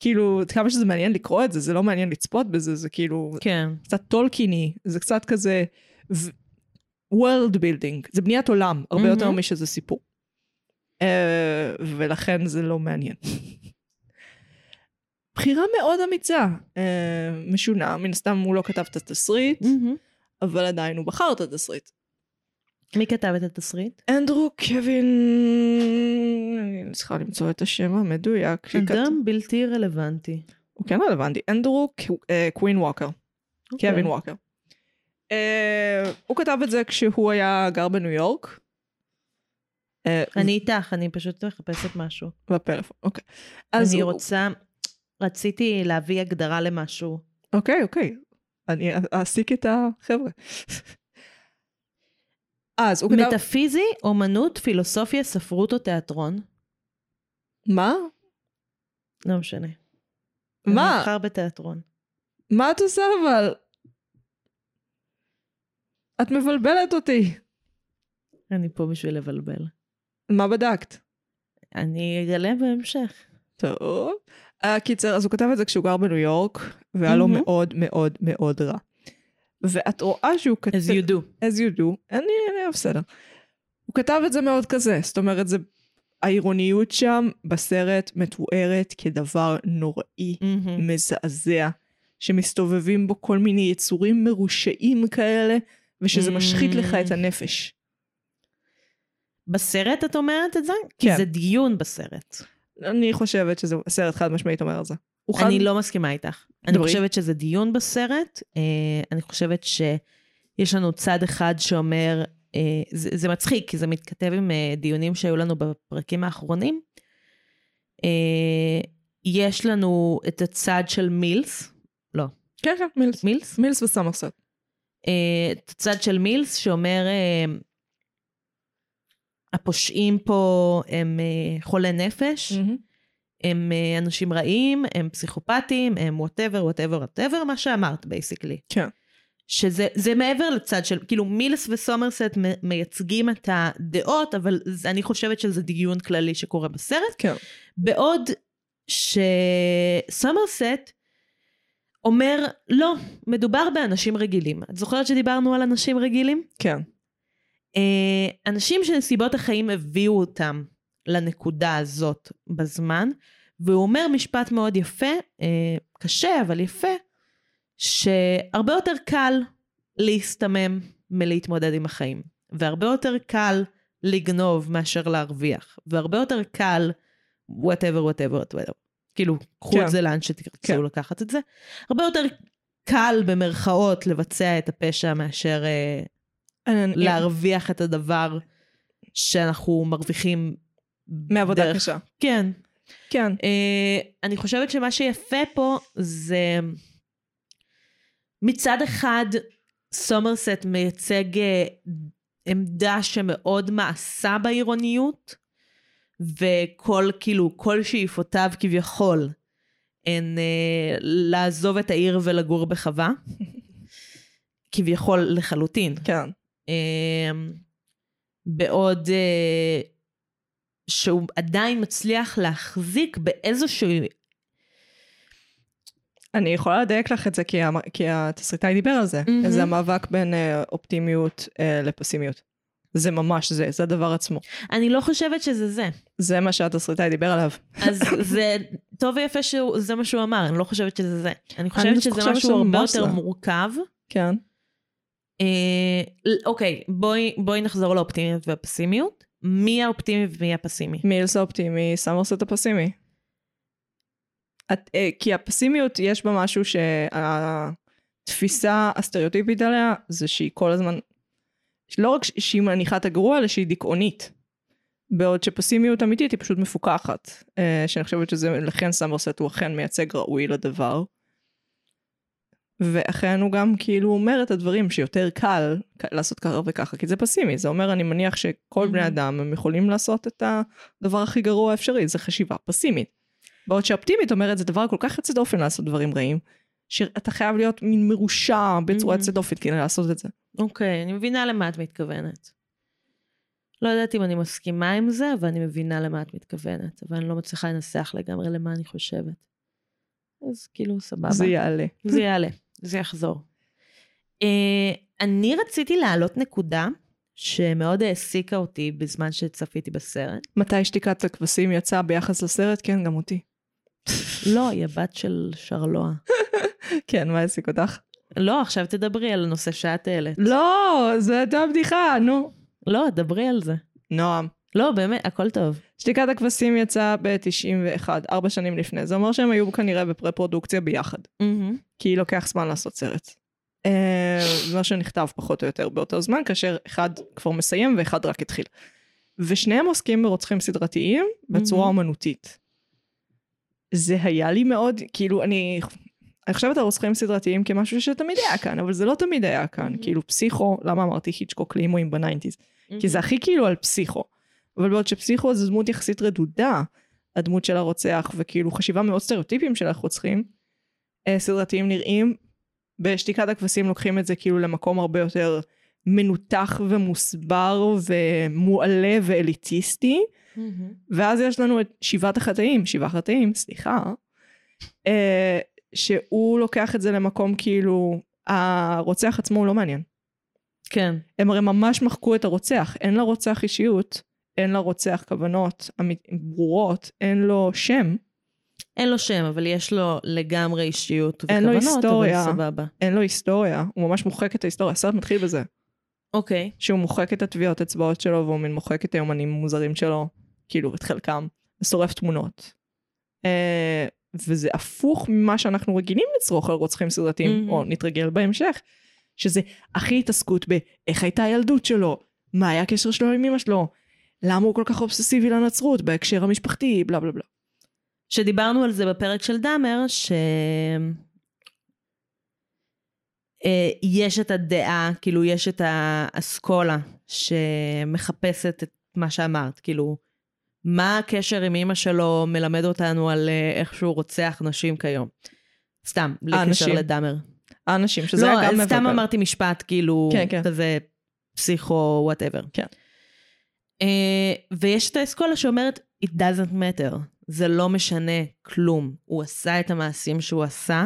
A: כאילו, כמה שזה מעניין לקרוא את זה, זה לא מעניין לצפות בזה, זה כאילו
B: כן.
A: קצת טולקיני, זה קצת כזה ו- world building, זה בניית עולם, הרבה
B: מהמם.
A: יותר משזה סיפור. אה, ולכן זה לא מעניין. בחירה מאוד אמיצה, אה, משונה, מן הסתם הוא לא כתב את התסריט,
B: מהמם.
A: אבל עדיין הוא בחר את התסריט.
B: מי כתב את התסריט?
A: אנדרו קווין, אני צריכה למצוא את השם המדויק. שכת-
B: אדם בלתי רלוונטי.
A: הוא כן רלוונטי. אנדרו ק- אה, קווין ווקר.
B: אוקיי.
A: קווין ווקר. אה, הוא כתב את זה כשהוא היה גר בניו יורק. אה,
B: אני איתך, אני פשוט מחפשת משהו.
A: בפלאפון, אוקיי. אז
B: אני
A: הוא-
B: רוצה, רציתי להביא הגדרה למשהו.
A: אוקיי, אוקיי. אני אע- אעסיק את החבר'ה. אז הוא כתב...
B: מטאפיזי, אומנות, פילוסופיה, ספרות או תיאטרון?
A: מה?
B: לא משנה. אני
A: מה?
B: אבחר בתיאטרון.
A: מה את עושה אבל? את מבלבלת אותי.
B: אני פה בשביל לבלבל.
A: מה בדקת?
B: אני אגלה בהמשך.
A: טוב. אה, קיצר, אז הוא כתב את זה כשהוא גר בניו יורק, והיה לו
B: מהמם.
A: מאוד מאוד מאוד רע. ואת רואה שהוא כתב...
B: do.
A: as you do. אני, אני בסדר. הוא כתב את זה מאוד כזה, זאת אומרת, זה... העירוניות שם בסרט מתוארת כדבר נוראי, מזעזע, שמסתובבים בו כל מיני יצורים מרושעים כאלה, ושזה משחית לך את הנפש.
B: בסרט את אומרת את זה? כי
A: כן.
B: זה דיון בסרט.
A: אני חושבת שזה סרט חד משמעית אומר את זה. הוא חד-
B: אני לא מסכימה איתך. אני
A: דברי.
B: חושבת שזה דיון בסרט. אה, אני חושבת שיש לנו צד אחד שאומר, אה, זה, זה מצחיק, כי זה מתכתב עם אה, דיונים שהיו לנו בפרקים האחרונים. אה, יש לנו את הצד של מילס,
A: כן, כן, מילס.
B: מילס?
A: מילס וסמרסט.
B: אה, את הצד של מילס שאומר, אה, הפושעים פה הם אה, חולי נפש.
A: Mm-hmm.
B: הם אה, אנשים רעים, הם פסיכופטים, הם וואטאבר, וואטאבר, וואטאבר, מה שאמרת בייסיקלי.
A: כן.
B: שזה זה מעבר לצד של, כאילו מילס וסומרסט מ- מייצגים את הדעות, אבל זה- אני חושבת שזה דיון כללי שקורה בסרט.
A: כן.
B: בעוד שסומרסט אומר, לא, מדובר באנשים רגילים. את זוכרת שדיברנו על אנשים רגילים?
A: כן.
B: אה, אנשים שנסיבות החיים הביאו אותם לנקודה הזאת בזמן, והוא אומר משפט מאוד יפה, אה, קשה אבל יפה, שהרבה יותר קל להסתמם מלהתמודד עם החיים, והרבה יותר קל לגנוב מאשר להרוויח, והרבה יותר קל וואטאבר וואטאבר וואטאבר. כאילו, קחו
A: כן.
B: את זה לאן שתרצו
A: כן.
B: לקחת את זה. הרבה יותר קל במרכאות לבצע את הפשע מאשר אה,
A: אני-
B: להרוויח את הדבר שאנחנו מרוויחים
A: מעבודה
B: דרך-
A: קשה.
B: כן.
A: כן.
B: אה, אני חושבת שמה שיפה פה זה מצד אחד סומרסט מייצג אה, עמדה שמאוד מאסה בעירוניות וכל כאילו כל שאיפותיו כביכול הן אה, לעזוב את העיר ולגור בחווה כביכול לחלוטין
A: כן.
B: אמ, בעוד אה, שהוא עדיין מצליח להחזיק באיזשהו...
A: אני יכולה לדייק לך את זה כי, המ- כי התסריטאי דיבר על זה.
B: מהמם.
A: זה המאבק בין אה, אופטימיות אה, לפסימיות. זה ממש זה, זה הדבר עצמו.
B: אני לא חושבת שזה זה.
A: זה מה שהתסריטאי דיבר עליו.
B: אז זה טוב ויפה שזה מה שהוא אמר, אני לא חושבת שזה זה. אני
A: אני
B: חושבת שזה
A: חושבת
B: משהו
A: שזה
B: הרבה
A: ממש
B: יותר
A: זה.
B: מורכב.
A: כן.
B: אה, אוקיי, בואי בואי נחזור לאופטימיות והפסימיות. מי האופטימי ומי הפסימי?
A: מילס האופטימי, סמרסט הפסימי. את, אה, כי הפסימיות יש בה משהו שהתפיסה הסטריאוטיפית עליה זה שהיא כל הזמן, לא רק ש- שהיא מניחה את הגרוע, אלא שהיא דיכאונית. בעוד שפסימיות אמיתית היא פשוט מפוקחת. אה, שאני חושבת שזה, לכן סמרסט הוא אכן מייצג ראוי לדבר. ואכן הוא גם כאילו אומר את הדברים שיותר קל כ- לעשות ככה וככה, כי זה פסימי, זה אומר אני מניח שכל בני
B: Mhm.
A: אדם הם יכולים לעשות את הדבר הכי גרוע האפשרי, זה חשיבה פסימית. בעוד שהאופטימית אומרת זה דבר כל כך יוצא דופן לעשות דברים רעים, שאתה חייב להיות מין מרושע בצורה
B: Mhm.
A: יוצאת דופן כדי לעשות את זה.
B: אוקיי, אני מבינה למה את מתכוונת. לא יודעת אם אני מסכימה עם זה, אבל אני מבינה למה את מתכוונת. אבל אני לא מצליחה לנסח לגמרי למה אני חושבת. אז כאילו, סבבה.
A: זה יעלה.
B: זה יעלה, זה יחזור. אה, אני רציתי להעלות נקודה שמאוד העסיקה אותי בזמן שצפיתי בסרט.
A: מתי שתיקת הכבשים יצאה ביחס לסרט? כן, גם אותי.
B: לא, היא הבת של שרלואה.
A: כן, מה העסיק אותך?
B: לא, עכשיו תדברי על הנושא שאת העלית.
A: לא, זו הייתה בדיחה, נו.
B: לא, דברי על זה.
A: נועם.
B: לא, באמת, הכל טוב.
A: שתיקת הכבשים יצאה ב-91, ארבע שנים לפני. זה אומר שהם היו כנראה בפרפרודוקציה ביחד.
B: מהמם.
A: כי לוקח זמן לעשות סרט. אה, זה מה שנכתב פחות או יותר באותו זמן, כאשר אחד כבר מסיים ואחד רק התחיל. ושניהם עוסקים ברוצחים סדרתיים בצורה
B: מהמם.
A: אומנותית. זה היה לי מאוד, כאילו, אני... אני חושבת על רוצחים סדרתיים כמשהו שתמיד היה כאן, אבל זה לא תמיד היה כאן.
B: מהמם.
A: כאילו, פסיכו, למה אמרתי היצ'קוק לימויים בניינטיז? כי זה הכי כאילו על פסיכו. אבל בעוד שפסיכו זו דמות יחסית רדודה, הדמות של הרוצח, וכאילו חשיבה מאוד סטריאוטיפיים של הרוצחים, אה, סדרתיים נראים, בשתיקת הכבשים לוקחים את זה כאילו למקום הרבה יותר מנותח ומוסבר ומועלה ואליטיסטי,
B: מהמם.
A: ואז יש לנו את שבעת החטאים, שבעה חטאים, סליחה, אה, שהוא לוקח את זה למקום כאילו, הרוצח עצמו הוא לא מעניין.
B: כן.
A: הם הרי ממש מחקו את הרוצח. אין לרוצח אישיות, אין לרוצח כוונות אמית- ברורות, אין לו שם,
B: אין לו שם, אבל יש לו לגמרי אישיות
A: אין לו
B: וכוונות,
A: היסטוריה.
B: אבל סבבה.
A: אין לו היסטוריה, הוא ממש מוחק את ההיסטוריה. הסרט מתחיל בזה,
B: אוקיי.
A: שהוא מוחק את הטביעות אצבעות שלו, והוא מין מוחק את היומנים המוזרים שלו, כאילו, את חלקם, ושורף תמונות. אה, וזה הפוך ממה שאנחנו רגילים לצרוך על רוצחים סדרתיים,
B: Mhm.
A: או נתרגל בהמשך, שזה הכי התעסקות באיך הייתה הילדות שלו, מה היה הקשר שלו עם אמא שלו, למה הוא כל כך אובססיבי לנצרות בהקשר המשפחתי, בלה בלה בלה.
B: שדיברנו על זה בפרק של דאמר, ש... אה, יש את הדעה, כאילו יש את האסכולה שמחפשת את מה שאמרת, כאילו, מה הקשר עם אימא שלו מלמד אותנו על אה, איך שהוא רוצח נשים כיום. סתם, בלי קשר
A: האנשים.
B: לדאמר.
A: האנשים, שזה
B: לא,
A: היה גם
B: סתם
A: מבלבל.
B: אמרתי משפט, כאילו,
A: כן, כן.
B: כזה פסיכו, וואטאבר.
A: כן.
B: ויש את האסכולה שאומרת, it doesn't matter, זה לא משנה כלום. הוא עשה את המעשים שהוא עשה,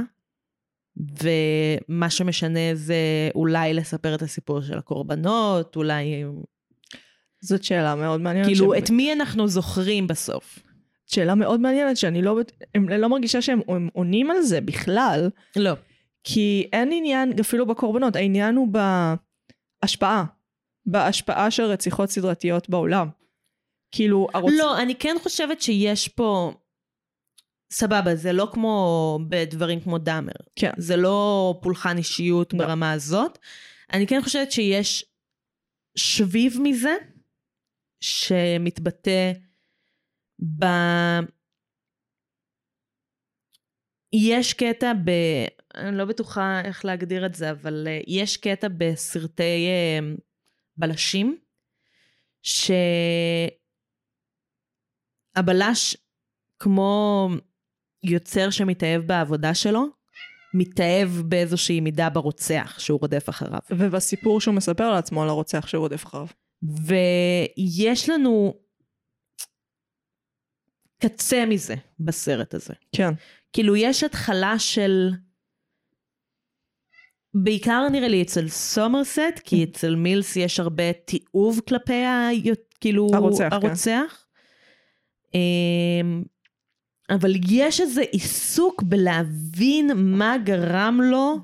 B: ומה שמשנה זה אולי לספר את הסיפור של הקורבנות, אולי...
A: זאת שאלה מאוד מעניינת.
B: כאילו,
A: ש-
B: את מי אנחנו זוכרים בסוף?
A: שאלה מאוד מעניינת, שאני לא, בט- הם- אני לא מרגישה שהם הם עונים על זה בכלל,
B: לא.
A: כי אין עניין אפילו בקורבנות, העניין הוא בהשפעה. בהשפעה של רציחות סדרתיות בעולם. כאילו, הרוצ...
B: לא, אני כן חושבת שיש פה... סבבה, זה לא כמו בדברים כמו דאמר.
A: כן.
B: זה לא פולחן אישיות
A: לא.
B: ברמה הזאת. אני כן חושבת שיש שביב מזה, שמתבטא ב... יש קטע ב... אני לא בטוחה איך להגדיר את זה, אבל אה, יש קטע בסרטי אה, בלשים, שהבלש, כמו יוצר שמתאהב בעבודה שלו, מתאהב באיזושהי מידה ברוצח שהוא רודף אחריו.
A: ובסיפור שהוא מספר לעצמו על הרוצח שהוא רודף אחריו.
B: ויש לנו קצה מזה בסרט הזה.
A: כן.
B: כאילו, יש התחלה של... בעיקר נראה לי אצל סומרסט,
A: Mm.
B: כי אצל מילס יש הרבה תיעוב כלפי ה... כאילו...
A: הרוצח, כן.
B: הרוצח. אמ, אבל יש איזה עיסוק בלהבין מה גרם לו,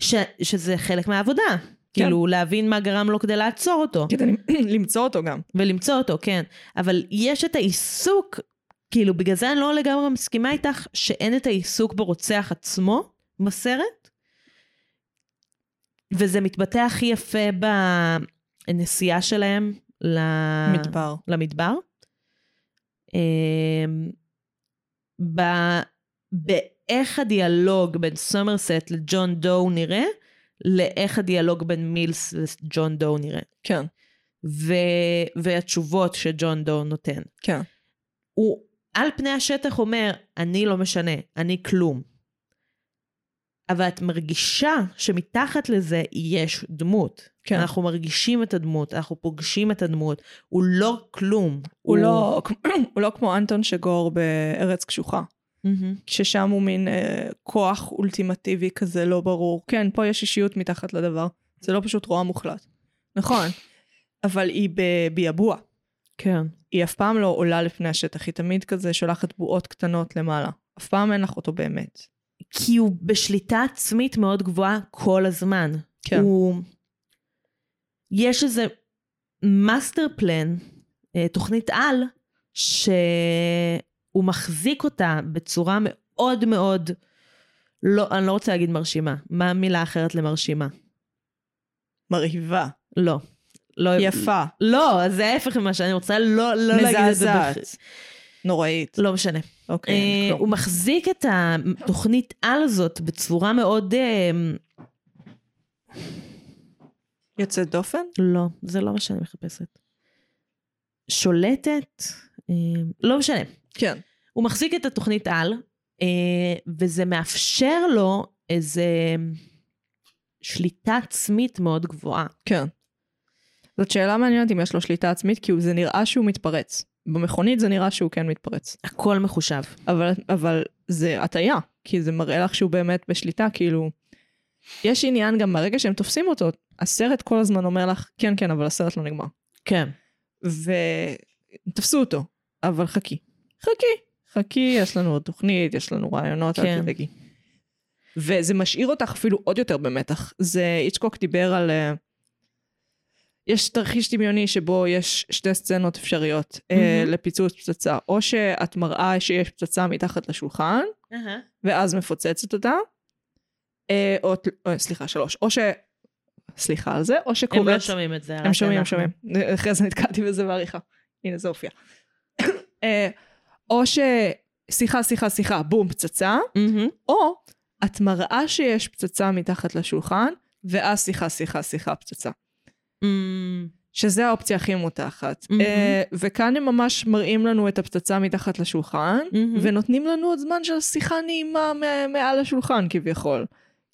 B: ש... שזה חלק מהעבודה.
A: כן.
B: כאילו, להבין מה גרם לו כדי לעצור אותו.
A: כדי
B: אוקיי.
A: למצוא אותו גם.
B: ולמצוא אותו, כן. אבל יש את העיסוק, כאילו, בגלל זה אני לא לגמרי מסכימה איתך שאין את העיסוק ברוצח עצמו בסרט, וזה מתבטא הכי יפה בנסיעה שלהם ל-
A: מדבר.
B: למדבר. אמ, ב... באיך הדיאלוג בין סומרסט לג'ון דו נראה, לאיך הדיאלוג בין מילס לג'ון דו נראה.
A: כן,
B: ו... והתשובות שג'ון דו נותן.
A: כן.
B: הוא על פני השטח אומר, אני לא משנה, אני כלום. אבל את מרגישה שמתחת לזה יש דמות.
A: כן.
B: אנחנו מרגישים את הדמות, אנחנו פוגשים את הדמות. הוא לא כלום.
A: הוא לא, הוא לא כמו אנטון שגור בארץ קשוחה.
B: מהמם.
A: ששם הוא מין אה, כוח אולטימטיבי כזה לא ברור. כן, פה יש אישיות מתחת לדבר. זה לא פשוט רוע מוחלט. נכון, אבל היא בביעבוע.
B: כן.
A: היא אף פעם לא עולה לפני השטח, היא תמיד כזה שולחת בועות קטנות למעלה. אף פעם אין לך אותו באמת.
B: כי הוא בשליטה עצמית מאוד גבוהה כל הזמן.
A: כן.
B: הוא... יש איזה מאסטר פלן, אה, תוכנית על, שהוא מחזיק אותה בצורה מאוד מאוד, לא, אני לא רוצה להגיד מרשימה, מה מילה אחרת למרשימה?
A: מרהיבה,
B: לא. לא
A: יפה,
B: לא, זה ההפך ממה שאני רוצה, לא, לא להגיד את זה.
A: מזעזעת,
B: בכ-
A: נוראית.
B: לא משנה.
A: אוקיי,
B: אה,
A: אין
B: הוא
A: כלום.
B: מחזיק את התוכנית על הזאת בצורה מאוד... אה,
A: יוצאת דופן?
B: לא, זה לא מה שאני מחפשת. שולטת, אה, לא משנה.
A: כן.
B: הוא מחזיק את התוכנית על, אה, וזה מאפשר לו איזה שליטה עצמית מאוד גבוהה.
A: כן. זאת שאלה מעניינת אם יש לו שליטה עצמית, כי הוא- זה נראה שהוא מתפרץ. במכונית זה נראה שהוא כן מתפרץ.
B: הכל מחושב.
A: אבל, אבל זה הטעיה, כי זה מראה לך שהוא באמת בשליטה, כאילו... יש עניין גם מהרגע שהם תופסים אותו, הסרט כל הזמן אומר לך, כן, כן, אבל הסרט לא נגמר.
B: כן.
A: ותפסו אותו, אבל חכי. חכי. חכי, יש לנו עוד תוכנית, יש לנו רעיונות,
B: כן.
A: אל תדאגי. וזה משאיר אותך אפילו עוד יותר במתח. זה, איצ'קוק דיבר על... אה, יש תרחיש דמיוני שבו יש שתי סצנות אפשריות אה,
B: מהמם.
A: לפיצוץ פצצה. או שאת מראה שיש פצצה מתחת לשולחן, ואז מפוצצת אותה. אה, או, ת- אה, סליחה, שלוש. או ש... סליחה על זה, או
B: הם לא
A: שקוראת...
B: שומעים את זה.
A: הם
B: רק
A: שומעים, הם
B: אנחנו.
A: שומעים. כן. אחרי זה נתקעתי בזה בעריכה. הנה, זה הופיע. אה, או ש... שיחה, שיחה, שיחה, בום, פצצה,
B: מהמם.
A: או את מראה שיש פצצה מתחת לשולחן, ואז שיחה, שיחה, שיחה, פצצה.
B: אמ,
A: Mm. שזה האופציה הכי מותחת.
B: מהמם.
A: אה, וכאן הם ממש מראים לנו את הפצצה מתחת לשולחן,
B: מהמם.
A: ונותנים לנו עוד זמן של שיחה נעימה מ- מעל השולחן כביכול.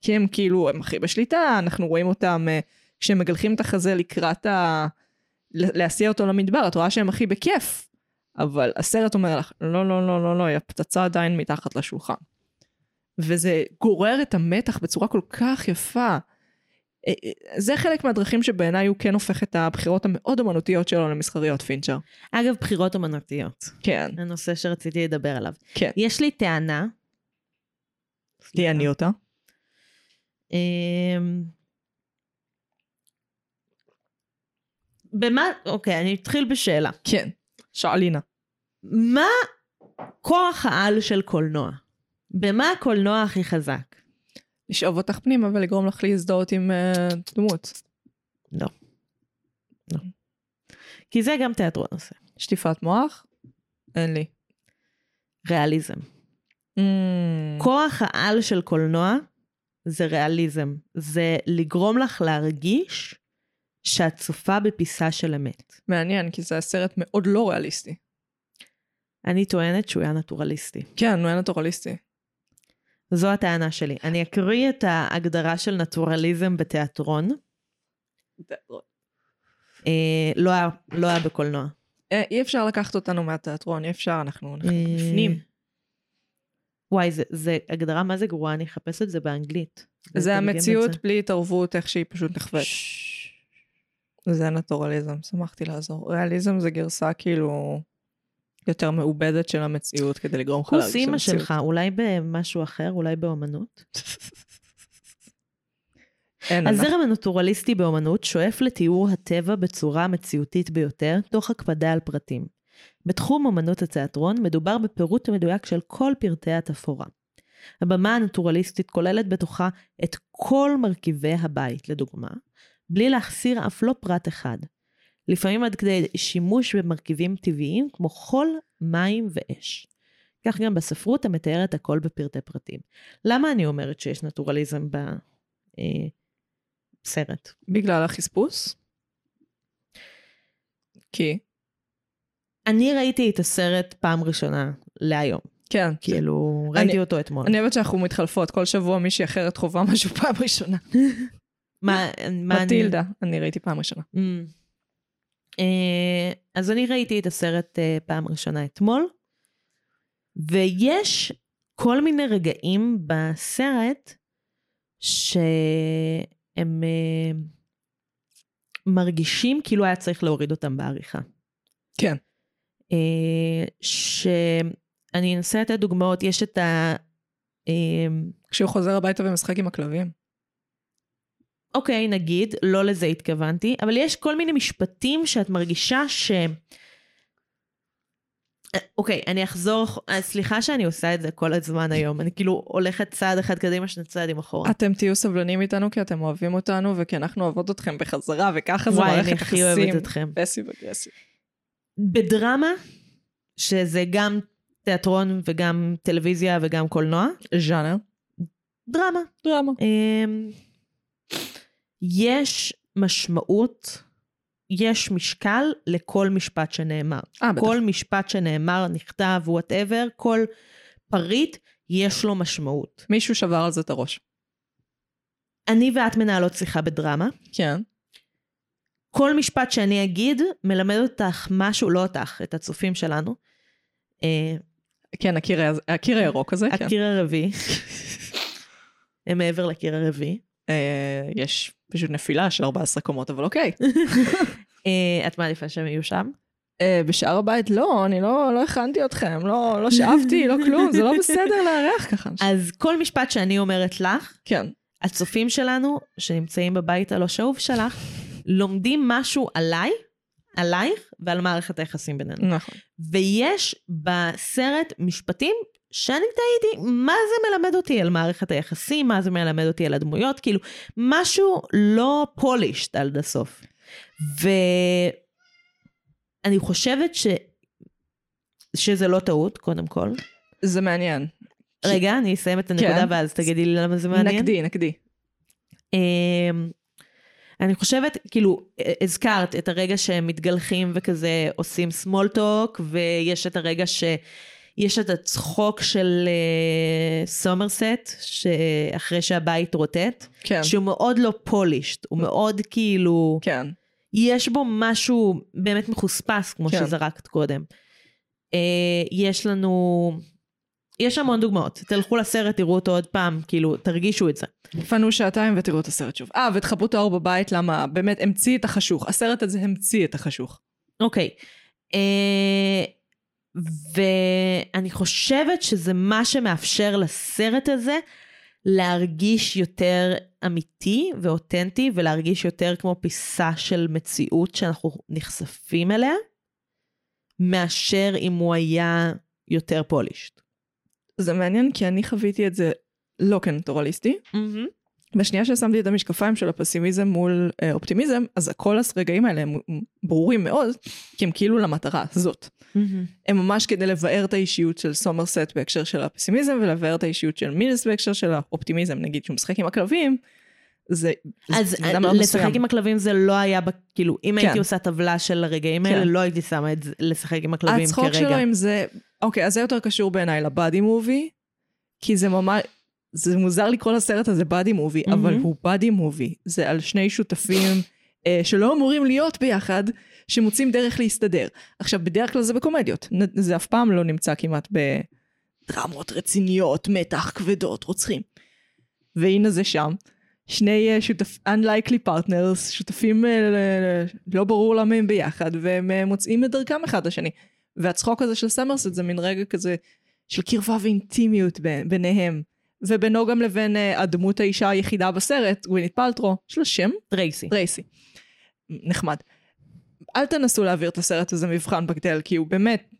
A: כי הם כאילו, הם הכי בשליטה, אנחנו רואים אותם אה, כשהם מגלחים את החזה לקראת ה... ל- להסיע אותו למדבר, את רואה שהם הכי בכיף. אבל הסרט אומר לך, לא, לא, לא, לא, לא, הפצצה עדיין מתחת לשולחן. וזה גורר את המתח בצורה כל כך יפה. אה, אה, זה חלק מהדרכים שבעיניי הוא כן הופך את הבחירות המאוד אומנותיות שלו למסחריות, פינצ'ר.
B: אגב, בחירות אומנותיות.
A: כן,
B: הנושא שרציתי לדבר עליו.
A: כן.
B: יש לי טענה.
A: תהיה אני אותה.
B: אמ, במה, אוקיי, אני אתחיל בשאלה.
A: כן. שאלינה.
B: מה כוח העל של קולנוע? במה הקולנוע הכי חזק?
A: לשאוב אותך פנימה ולגרום לך להזדהות עם אה, דמות.
B: לא. לא. כי זה גם תיאטרון עושה.
A: שטיפת מוח? אין לי.
B: ריאליזם.
A: Mm,
B: כוח העל של קולנוע זה ריאליזם. זה לגרום לך להרגיש שאת צופה בפיסה של אמת.
A: מעניין, כי זה הסרט מאוד לא ריאליסטי.
B: אני טוענת שהוא היה נטורליסטי.
A: כן, הוא היה נטורליסטי.
B: זו הטענה שלי. אני אקריא את ההגדרה של נטורליזם בתיאטרון. אה, לא, היה, לא היה בקולנוע.
A: אה, אי אפשר לקחת אותנו מהתיאטרון, אי אפשר, אנחנו אנחנו
B: אה,
A: בפנים.
B: וואי, זה, זה הגדרה מה זה גרועה, אני אחפש את זה באנגלית.
A: זה
B: לתרגם את
A: המציאות
B: זה.
A: בלי התערבות, איך שהיא פשוט נחווית. זה נטורליזם, שמחתי לעזור. ריאליזם זה גרסה כאילו יותר מעובדת של המציאות כדי לגרום לך
B: כוס
A: להרגיש את
B: אימא
A: המציאות.
B: שלך, אולי במשהו אחר, אולי באומנות.
A: אין, כן, אנחנו-
B: הזרם הנטורליסטי באומנות שואף לתיאור הטבע בצורה המציאותית ביותר, תוך הקפדה על פרטים. בתחום אמנות התיאטרון מדובר בפירוט מדויק של כל פרטי התפאורה. הבמה הנטורליסטית כוללת בתוכה את כל מרכיבי הבית, לדוגמה, בלי להחסיר אף לא פרט אחד. לפעמים עד כדי שימוש במרכיבים טבעיים כמו חול, מים ואש. כך גם בספרות המתארת הכל בפרטי פרטים. למה אני אומרת שיש נטורליזם אה, בסרט?
A: בגלל החספוס? כי?
B: אני ראיתי את הסרט פעם ראשונה להיום.
A: כן.
B: כאילו, ראיתי אותו אתמול.
A: אני אוהבת שאנחנו מתחלפות, כל שבוע מישהי אחרת חווה משהו פעם ראשונה.
B: מה, מה אני...
A: מטילדה, אני ראיתי פעם ראשונה.
B: Mm. אה, אז אני ראיתי את הסרט אה, פעם ראשונה אתמול, ויש כל מיני רגעים בסרט שהם אה, מרגישים כאילו היה צריך להוריד אותם בעריכה.
A: כן.
B: אה, שאני אנסה לתת דוגמאות, יש את ה... אה,
A: כשהוא חוזר הביתה ומשחק עם הכלבים.
B: אוקיי, נגיד, לא לזה התכוונתי, אבל יש כל מיני משפטים שאת מרגישה ש... אה, אוקיי, אני אחזור, אה, סליחה שאני עושה את זה כל הזמן היום, אני כאילו הולכת צעד אחד קדימה, שני צעדים אחורה.
A: אתם תהיו סבלנים איתנו כי אתם אוהבים אותנו וכי אנחנו אוהבות אתכם בחזרה וככה זה
B: וואי, אני
A: מערכת
B: הכי
A: יחסים.
B: אוהבת אתכם.
A: פסיב אגרסיב.
B: בדרמה, שזה גם תיאטרון וגם טלוויזיה וגם קולנוע,
A: ז'אנר?
B: דרמה.
A: דרמה.
B: אמ, יש משמעות, יש משקל לכל משפט שנאמר.
A: אה, בטח.
B: כל משפט שנאמר, נכתב, וואטאבר, כל פריט, יש לו משמעות.
A: מישהו שבר על זה את הראש.
B: אני ואת מנהלות שיחה בדרמה.
A: כן.
B: כל משפט שאני אגיד מלמד אותך משהו, לא אותך, את הצופים שלנו. אה,
A: כן, הקיר, ה- הקיר הירוק הזה, כן.
B: הקיר הרביעי. הם מעבר לקיר הרביעי.
A: אה, יש פשוט נפילה של 14 קומות, אבל אוקיי.
B: אה, את מעדיפה שהם יהיו שם?
A: אה, בשאר הבית לא, אני לא, לא הכנתי אתכם, לא, לא שאפתי, לא כלום, זה לא בסדר לארח ככה. אנשים.
B: אז כל משפט שאני אומרת לך,
A: כן.
B: הצופים שלנו, שנמצאים בבית הלא שאוב שלך, לומדים משהו עליי, עלייך ועל מערכת היחסים בינינו.
A: נכון.
B: ויש בסרט משפטים שאני תהיתי, מה זה מלמד אותי על מערכת היחסים, מה זה מלמד אותי על הדמויות, כאילו, משהו לא פולישט עד הסוף. ואני חושבת ש... שזה לא טעות, קודם כל.
A: זה מעניין.
B: רגע, אני אסיים את הנקודה
A: כן.
B: ואז תגידי לי למה זה מעניין.
A: נקדי, נקדי.
B: אמ, אני חושבת, כאילו, אה, הזכרת את הרגע שהם מתגלחים וכזה עושים small talk, ויש את הרגע ש... יש את הצחוק של אה, סומרסט, שאחרי שהבית רוטט,
A: כן.
B: שהוא מאוד לא פולישט, הוא מאוד כאילו,
A: כן.
B: יש בו משהו באמת מחוספס, כמו
A: כן.
B: שזרקת קודם. אה, יש לנו, יש המון דוגמאות, תלכו לסרט, תראו אותו עוד פעם, כאילו, תרגישו את זה.
A: תפנו שעתיים ותראו את הסרט שוב. אה, ותכבו את האור בבית, למה? באמת, המציא את החשוך. הסרט הזה המציא את החשוך.
B: אוקיי. אה, ואני חושבת שזה מה שמאפשר לסרט הזה להרגיש יותר אמיתי ואותנטי ולהרגיש יותר כמו פיסה של מציאות שאנחנו נחשפים אליה, מאשר אם הוא היה יותר פולישט.
A: זה מעניין כי אני חוויתי את זה לא כנטורליסטי. בשנייה ששמתי את המשקפיים של הפסימיזם מול אה, אופטימיזם, אז כל הרגעים האלה הם ברורים מאוד, כי הם כאילו למטרה הזאת. הם ממש כדי לבאר את האישיות של סומרסט בהקשר של הפסימיזם, ולבאר את האישיות של מילס בהקשר של האופטימיזם, נגיד שהוא משחק עם הכלבים, זה...
B: אז אה,
A: זה אדם מאוד
B: לשחק
A: מסוים.
B: עם הכלבים זה לא היה, ב- כאילו, אם
A: כן.
B: הייתי עושה טבלה של הרגעים האלה,
A: כן.
B: לא הייתי שמה את זה, לשחק עם הכלבים
A: הצחוק שלו
B: כרגע.
A: עם זה, אוקיי, אז זה יותר קשור בעיניי לבאדי מובי, כי זה ממש, זה מוזר לקרוא לסרט הזה באדי מובי, mm-hmm. אבל
B: מהמם.
A: הוא באדי מובי. זה על שני שותפים אה, שלא אמורים להיות ביחד, שמוצאים דרך להסתדר. עכשיו, בדרך כלל זה בקומדיות, נ- זה אף פעם לא נמצא כמעט בדרמות רציניות, מתח, כבדות, רוצחים. והנה זה שם. שני אה, שותפ... Unlikely Partners, שותפים אה, ל- ל- לא ברור למה הם ביחד, והם אה, מוצאים את דרכם אחד לשני. והצחוק הזה של סמרסט זה מין רגע כזה של קרבה ואינטימיות ב- ביניהם. ובינו גם לבין אה, הדמות האישה היחידה בסרט, גווינית פלטרו, יש לה שם?
B: טרייסי.
A: טרייסי. נחמד. אל תנסו להעביר את הסרט הזה מבחן בגדל, כי הוא באמת,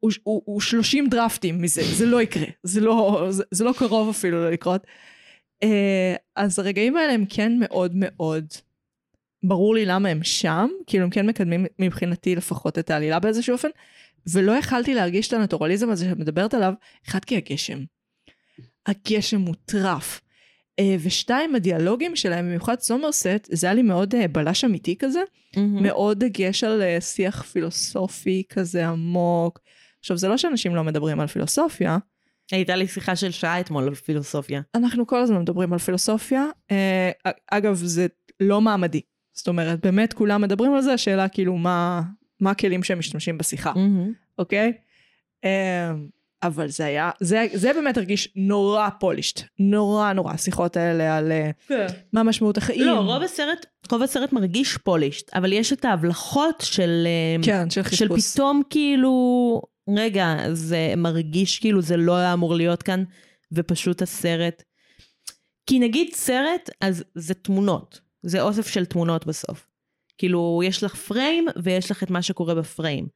A: הוא, הוא, הוא 30 דרפטים מזה, זה לא יקרה. זה לא, זה, זה לא קרוב אפילו לקרות. אה, אז הרגעים האלה הם כן מאוד מאוד, ברור לי למה הם שם, כאילו הם כן מקדמים מבחינתי לפחות את העלילה באיזשהו אופן, ולא יכלתי להרגיש את הנטורליזם הזה שאת מדברת עליו, אחד כי הגשם. הגשם מוטרף. אה, ושתיים, הדיאלוגים שלהם, במיוחד סומרסט, זה היה לי מאוד אה, בלש אמיתי כזה, מאוד דגש על אה, שיח פילוסופי כזה עמוק. עכשיו, זה לא שאנשים לא מדברים על פילוסופיה,
B: הייתה לי שיחה של שעה אתמול על פילוסופיה.
A: אנחנו כל הזמן מדברים על פילוסופיה. אה, א- אגב, זה לא מעמדי. זאת אומרת, באמת כולם מדברים על זה, השאלה כאילו מה, מה הכלים שהם משתמשים בשיחה. אוקיי? אמ, אבל זה היה, זה, זה באמת הרגיש נורא פולישט. נורא נורא, השיחות האלה על אה, מה משמעות החיים.
B: כן. לא, רוב הסרט, רוב הסרט מרגיש פולישט, אבל יש את ההבלחות של, אה,
A: כן, של
B: של
A: חיפוש.
B: פתאום כאילו, רגע, זה מרגיש כאילו זה לא היה אמור להיות כאן, ופשוט הסרט. כי נגיד סרט, אז זה תמונות. זה אוסף של תמונות בסוף. כאילו, יש לך פריים, ויש לך את מה שקורה בפריים.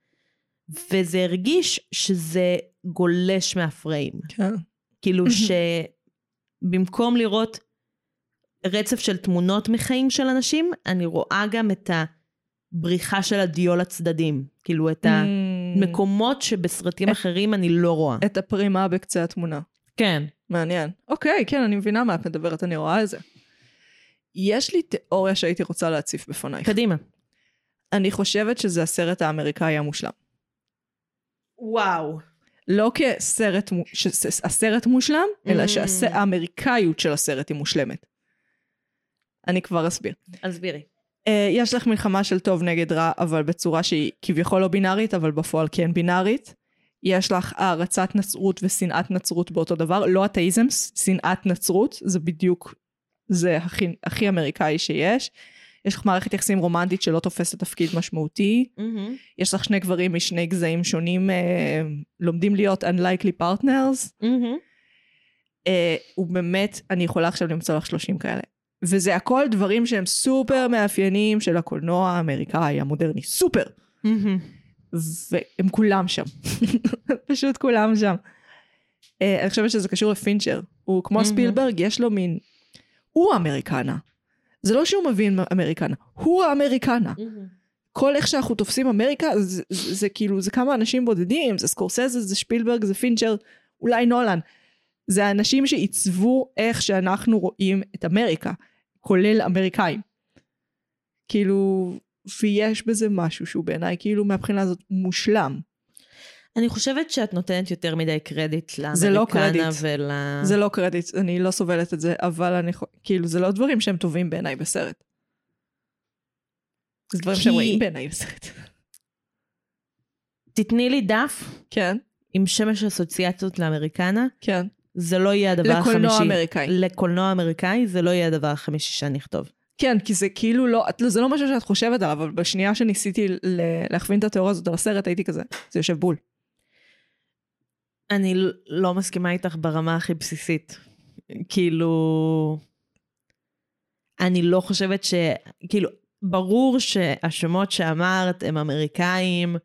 B: וזה הרגיש שזה גולש מהפריים.
A: כן.
B: כאילו שבמקום לראות רצף של תמונות מחיים של אנשים, אני רואה גם את הבריחה של הדיו לצדדים. כאילו את
A: אמ,
B: המקומות שבסרטים אחרים אני לא רואה.
A: את הפרימה בקצה התמונה.
B: כן.
A: מעניין. אוקיי, כן, אני מבינה מה את מדברת, אני רואה את זה. יש לי תיאוריה שהייתי רוצה להציף בפנייך.
B: קדימה.
A: אני חושבת שזה הסרט האמריקאי המושלם.
B: וואו.
A: לא כסרט, מו- ש- ס- הסרט מושלם, אלא
B: Mm.
A: שהאמריקאיות של הסרט היא מושלמת. אני כבר אסביר.
B: הסבירי.
A: אה, יש לך מלחמה של טוב נגד רע, אבל בצורה שהיא כביכול לא בינארית, אבל בפועל כן בינארית. יש לך הערצת נצרות ושנאת נצרות באותו דבר, לא אתאיזם, ש- שנאת נצרות, זה בדיוק, זה הכי, הכי אמריקאי שיש. יש לך מערכת יחסים רומנטית שלא תופסת תפקיד משמעותי. יש לך שני גברים משני גזעים שונים, אה, לומדים להיות unlikely partners. אה, הוא באמת, אני יכולה עכשיו למצוא לך 30 כאלה. וזה הכל דברים שהם סופר מאפיינים של הקולנוע האמריקאי המודרני, סופר. והם כולם שם. פשוט כולם שם. אה, אני חושבת שזה קשור לפינצ'ר. הוא כמו
B: מהמם.
A: ספילברג, יש לו מין... הוא האמריקנה. זה לא שהוא מבין אמריקנה, הוא האמריקנה. כל איך שאנחנו תופסים אמריקה, זה, זה, זה כאילו, זה כמה אנשים בודדים, זה סקורסזה, זה שפילברג, זה פינצ'ר, אולי נולן. זה האנשים שעיצבו איך שאנחנו רואים את אמריקה, כולל אמריקאים. כאילו, ויש בזה משהו שהוא בעיניי, כאילו, מהבחינה הזאת מושלם.
B: אני חושבת שאת נותנת יותר מדי קרדיט לאמריקנה
A: זה לא קרדיט.
B: ול...
A: זה לא קרדיט, אני לא סובלת את זה, אבל אני, חו- כאילו, זה לא דברים שהם טובים בעיניי בסרט. זה דברים שהם
B: כי-
A: רואים בעיניי בסרט.
B: תתני לי דף
A: כן,
B: עם שמש אסוציאציות לאמריקנה,
A: כן.
B: זה לא יהיה הדבר החמישי.
A: לקולנוע אמריקאי.
B: לקולנוע אמריקאי זה לא יהיה הדבר החמישי שאני אכתוב.
A: כן, כי זה כאילו לא, את- זה לא משהו שאת חושבת עליו, אבל בשנייה שניסיתי ל- להכווין את התיאוריה הזאת על הסרט, הייתי כזה, זה יושב בול.
B: אני ל- לא מסכימה איתך ברמה הכי בסיסית. כאילו... אני לא חושבת ש... כאילו, ברור שהשמות שאמרת הם אמריקאים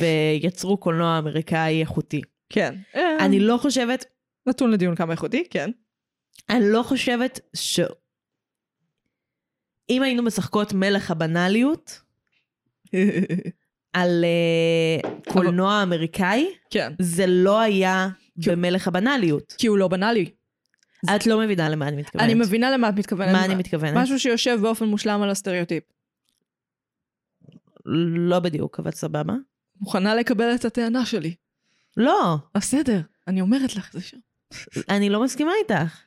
B: ויצרו קולנוע אמריקאי איכותי.
A: כן. אה,
B: אני לא חושבת
A: נתון לדיון כמה איכותי, כן.
B: אני לא חושבת ש... אם היינו משחקות מלך הבנאליות, על אה, קולנוע אמריקאי,
A: כן.
B: זה לא היה במלך הבנאליות.
A: כי הוא לא בנאלי.
B: את לא מבינה למה אני מתכוונת.
A: אני מבינה למה את מתכוונת.
B: מה אני מתכוונת?
A: משהו שיושב באופן מושלם על הסטריאוטיפ.
B: לא בדיוק, אבל סבבה.
A: מוכנה לקבל את הטענה שלי.
B: לא,
A: בסדר, אני אומרת לך, זה שם.
B: אני לא מסכימה איתך.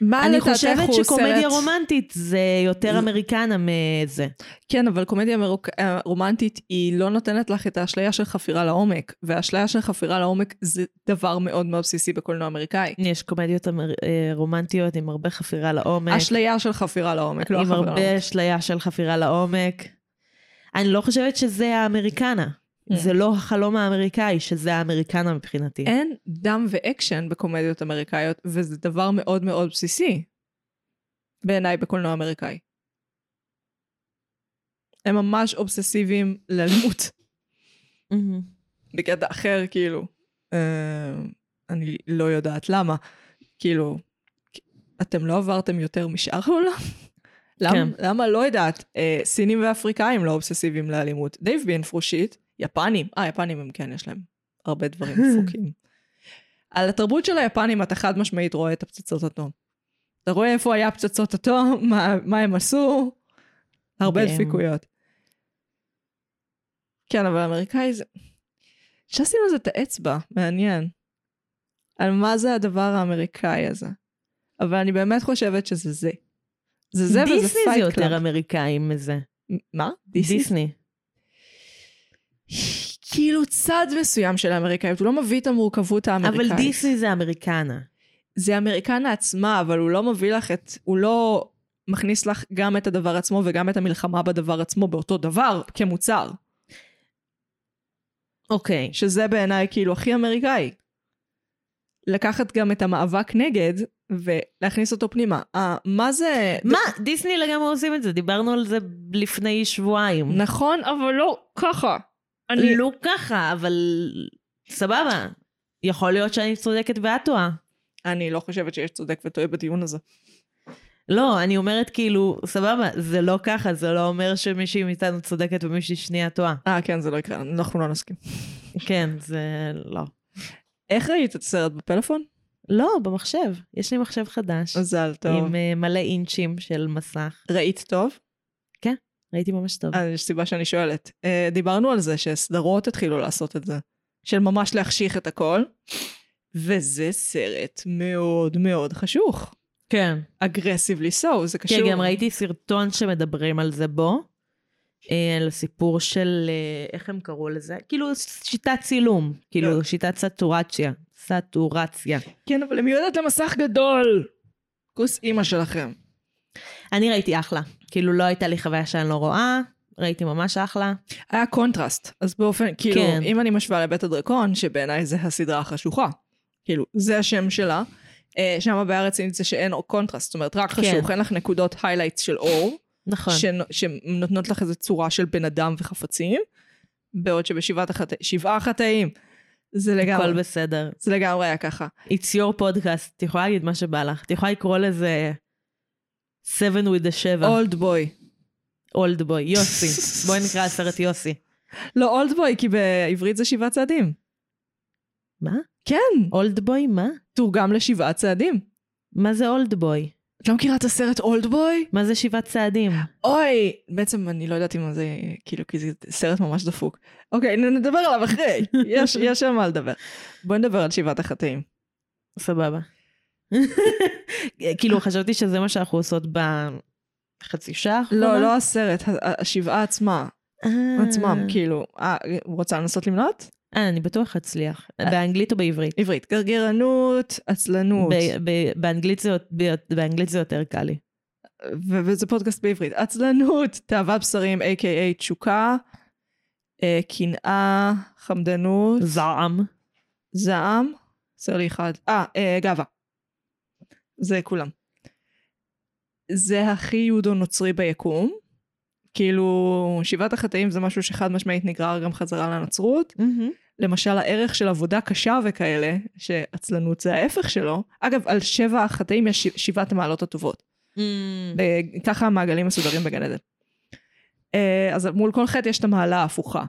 A: מה
B: אני
A: לדעתך
B: חושבת
A: הוא
B: שקומדיה
A: סרט- רומנטית.
B: רומנטית זה יותר אמריקנה מזה.
A: כן, אבל קומדיה מרוק... אה, רומנטית היא לא נותנת לך את האשליה של חפירה לעומק, והאשליה של חפירה לעומק זה דבר מאוד מאוד בסיסי בקולנוע אמריקאי.
B: יש קומדיות אמר- אה, רומנטיות עם הרבה חפירה לעומק.
A: אשליה של חפירה לעומק, לא
B: עם
A: החפירה לעומק.
B: הרבה אשליה של חפירה לעומק. אני לא חושבת שזה האמריקנה.
A: Mm.
B: זה לא החלום האמריקאי, שזה האמריקנה מבחינתי.
A: אין דם ואקשן בקומדיות אמריקאיות, וזה דבר מאוד מאוד בסיסי בעיניי בקולנוע אמריקאי. הם ממש אובססיביים לאלימות.
B: מהמם.
A: בקטע אחר, כאילו. אה, אני לא יודעת למה. כאילו, אתם לא עברתם יותר משאר העולם? למה,
B: כן.
A: למה לא יודעת? אה, סינים ואפריקאים לא אובססיביים לאלימות. דייב בינפרושית, יפנים, אה, יפנים הם כן, יש להם הרבה דברים דפוקים. על התרבות של היפנים אתה חד משמעית רואה את הפצצות אטום. אתה רואה איפה היה פצצות אטום, מה, מה הם עשו, הרבה
B: כן.
A: דפיקויות. כן, אבל אמריקאי זה... אפשר לשים על זה את האצבע, מעניין. על מה זה הדבר האמריקאי הזה. אבל אני באמת חושבת שזה זה. זה זה וזה
B: דיסני זה
A: פייט
B: יותר
A: קלאב.
B: אמריקאי מזה.
A: מה?
B: דיסני.
A: כאילו צד מסוים של האמריקאיות, הוא לא מביא את המורכבות האמריקאית.
B: אבל דיסני זה אמריקנה.
A: זה אמריקנה עצמה, אבל הוא לא מביא לך את... הוא לא מכניס לך גם את הדבר עצמו וגם את המלחמה בדבר עצמו באותו דבר, כמוצר.
B: אוקיי.
A: שזה בעיניי כאילו הכי אמריקאי. לקחת גם את המאבק נגד ולהכניס אותו פנימה. אה, מה זה...
B: מה? דיסני לגמרי עושים את זה, דיברנו על זה לפני שבועיים.
A: נכון, אבל לא ככה. אני...
B: לא ככה, אבל סבבה. יכול להיות שאני צודקת ואת טועה.
A: אני לא חושבת שיש צודק וטועה בדיון הזה.
B: לא, אני אומרת כאילו, סבבה, זה לא ככה, זה לא אומר שמישהי מאיתנו צודקת ומישהי שנייה טועה.
A: אה, כן, זה לא יקרה, אנחנו לא נסכים.
B: כן, זה לא.
A: איך ראית את הסרט בפלאפון?
B: לא, במחשב. יש לי מחשב חדש.
A: מזל טוב.
B: עם אה, מלא אינצ'ים של מסך.
A: ראית טוב?
B: ראיתי ממש טוב.
A: אה, יש סיבה שאני שואלת. אה, דיברנו על זה שסדרות התחילו לעשות את זה. של ממש להחשיך את הכל. וזה סרט מאוד מאוד חשוך.
B: כן.
A: אגרסיבלי סו, זה קשור.
B: כן, גם ראיתי סרטון שמדברים על זה בו, אה, על הסיפור של, אה, איך הם קראו לזה? כאילו שיטת צילום,
A: לא.
B: כאילו שיטת סטורציה. סטורציה.
A: כן, אבל היא מיועדת למסך גדול. כוס אימא שלכם.
B: אני ראיתי אחלה. כאילו לא הייתה לי חוויה שאני לא רואה, ראיתי ממש אחלה.
A: היה קונטרסט, אז באופן, כאילו, כן.
B: כן.
A: אם אני משווה לבית הדרקון, שבעיניי זה הסדרה החשוכה, כאילו, זה השם שלה, אה, שם הבעיה הרצינית זה שאין אור קונטרסט, זאת אומרת, רק
B: כן.
A: חשוך, אין לך נקודות היילייטס של אור,
B: נכון.
A: שנ- שנותנות לך איזו צורה של בן אדם וחפצים, בעוד שבשבעת החטא- שבעה חטאים, זה
B: הכל
A: לגמרי,
B: בסדר.
A: זה לגמרי היה ככה.
B: It's your podcast, את יכולה להגיד מה שבא לך. את יכולה לקרוא לזה 7 with the 7,
A: אולד בוי.
B: old boy, יוסי. בואי נקרא לסרט יוסי.
A: לא אולד בוי, כי בעברית זה שבעה צעדים.
B: מה?
A: כן,
B: old boy מה?
A: תורגם לשבעה צעדים.
B: מה זה old boy?
A: את לא מכירה את הסרט אולד בוי?
B: מה זה שבעת צעדים?
A: אוי, בעצם אני לא יודעת אם זה, כאילו, כי זה סרט ממש דפוק. אוקיי, נ- נדבר עליו אחרי, יש, יש על מה לדבר. בואי נדבר על שבעת החטאים.
B: סבבה. כאילו, חשבתי שזה מה שאנחנו עושות בחצי שעה האחרונה.
A: לא, לא הסרט, ה- ה- השבעה עצמה,
B: אה.
A: עצמם, כאילו, אה, רוצה לנסות למנות?
B: אה, אני בטוח אצליח. באנגלית או בעברית?
A: עברית, גרגרנות, עצלנות,
B: ב- ב- באנגלית זה יות- ב- באנגלית זה יותר קל לי.
A: ו- וזה פודקאסט בעברית, עצלנות, תאוות בשרים, a.k.a תשוקה, אה, קנאה, חמדנות,
B: זעם.
A: זעם, חסר לי אחד, אה, אה, גאווה. זה כולם. זה הכי יהודו-נוצרי ביקום. כאילו, שבעת החטאים זה משהו שחד משמעית נגרר גם חזרה לנצרות. למשל, הערך של עבודה קשה וכאלה, שעצלנות זה ההפך שלו. אגב, על שבע החטאים יש ש- שבעת המעלות הטובות.
B: Mm.
A: אה, ככה המעגלים מסודרים בגן עדן. אה, אז מול כל חטא יש את המעלה ההפוכה.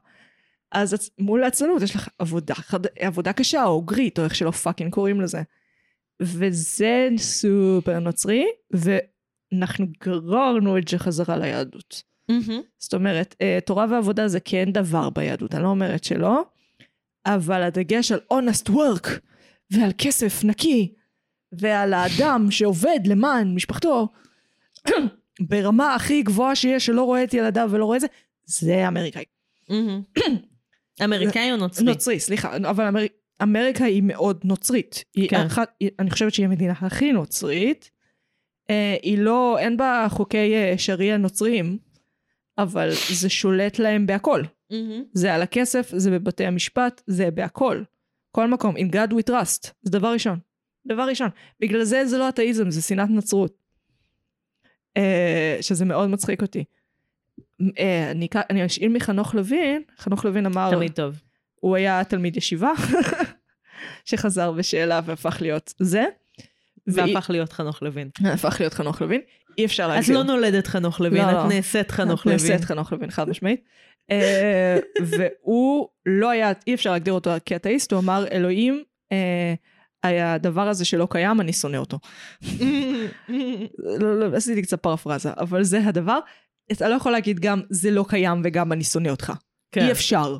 A: אז הצ- מול עצלנות יש לך עבודה, חד- עבודה קשה, או גריט, או איך שלא פאקינג קוראים לזה. וזה סופר נוצרי, ואנחנו גררנו את זה חזרה ליהדות.
B: Mm-hmm.
A: זאת אומרת, אה, תורה ועבודה זה כן דבר ביהדות, אני לא אומרת שלא, אבל הדגש על honest work, ועל כסף נקי, ועל האדם שעובד למען משפחתו, ברמה הכי גבוהה שיש, שלא רואה את ילדיו ולא רואה את זה, זה אמריקאי.
B: Mm-hmm. אמריקאי או נוצרי?
A: נוצרי, סליחה, אבל אמר... אמריקה היא מאוד נוצרית. היא
B: כן.
A: כן. אחת, היא, אני חושבת שהיא המדינה הכי נוצרית. אה, היא לא, אין בה חוקי אה, שריעה נוצריים, אבל זה שולט להם בהכל.
B: מהמם.
A: זה על הכסף, זה בבתי המשפט, זה בהכל. כל מקום, in God we trust, זה דבר ראשון. דבר ראשון. בגלל זה זה לא אתאיזם, זה שנאת נצרות. אה, שזה מאוד מצחיק אותי. אה, אני אקח- אני אשאיל מחנוך לוין, חנוך לוין אמר,
B: תמיד טוב.
A: הוא היה תלמיד ישיבה, שחזר בשאלה והפך להיות זה. והיא-
B: והפך להיות חנוך לוין.
A: הפך להיות חנוך לוין, אי אפשר להגדיר.
B: את לא נולדת חנוך לוין,
A: לא,
B: את
A: לא.
B: נעשית חנוך לוין.
A: נעשית חנוך לוין, חד משמעית. אה, והוא לא היה, אי אפשר להגדיר אותו כאתאיסט, הוא אמר, אלוהים, אה, הדבר הזה שלא קיים, אני שונא אותו. לא, לא, עשיתי קצת פרפרזה, אבל זה הדבר. אתה לא יכול להגיד גם, זה לא קיים וגם אני שונא אותך.
B: כן.
A: אי אפשר.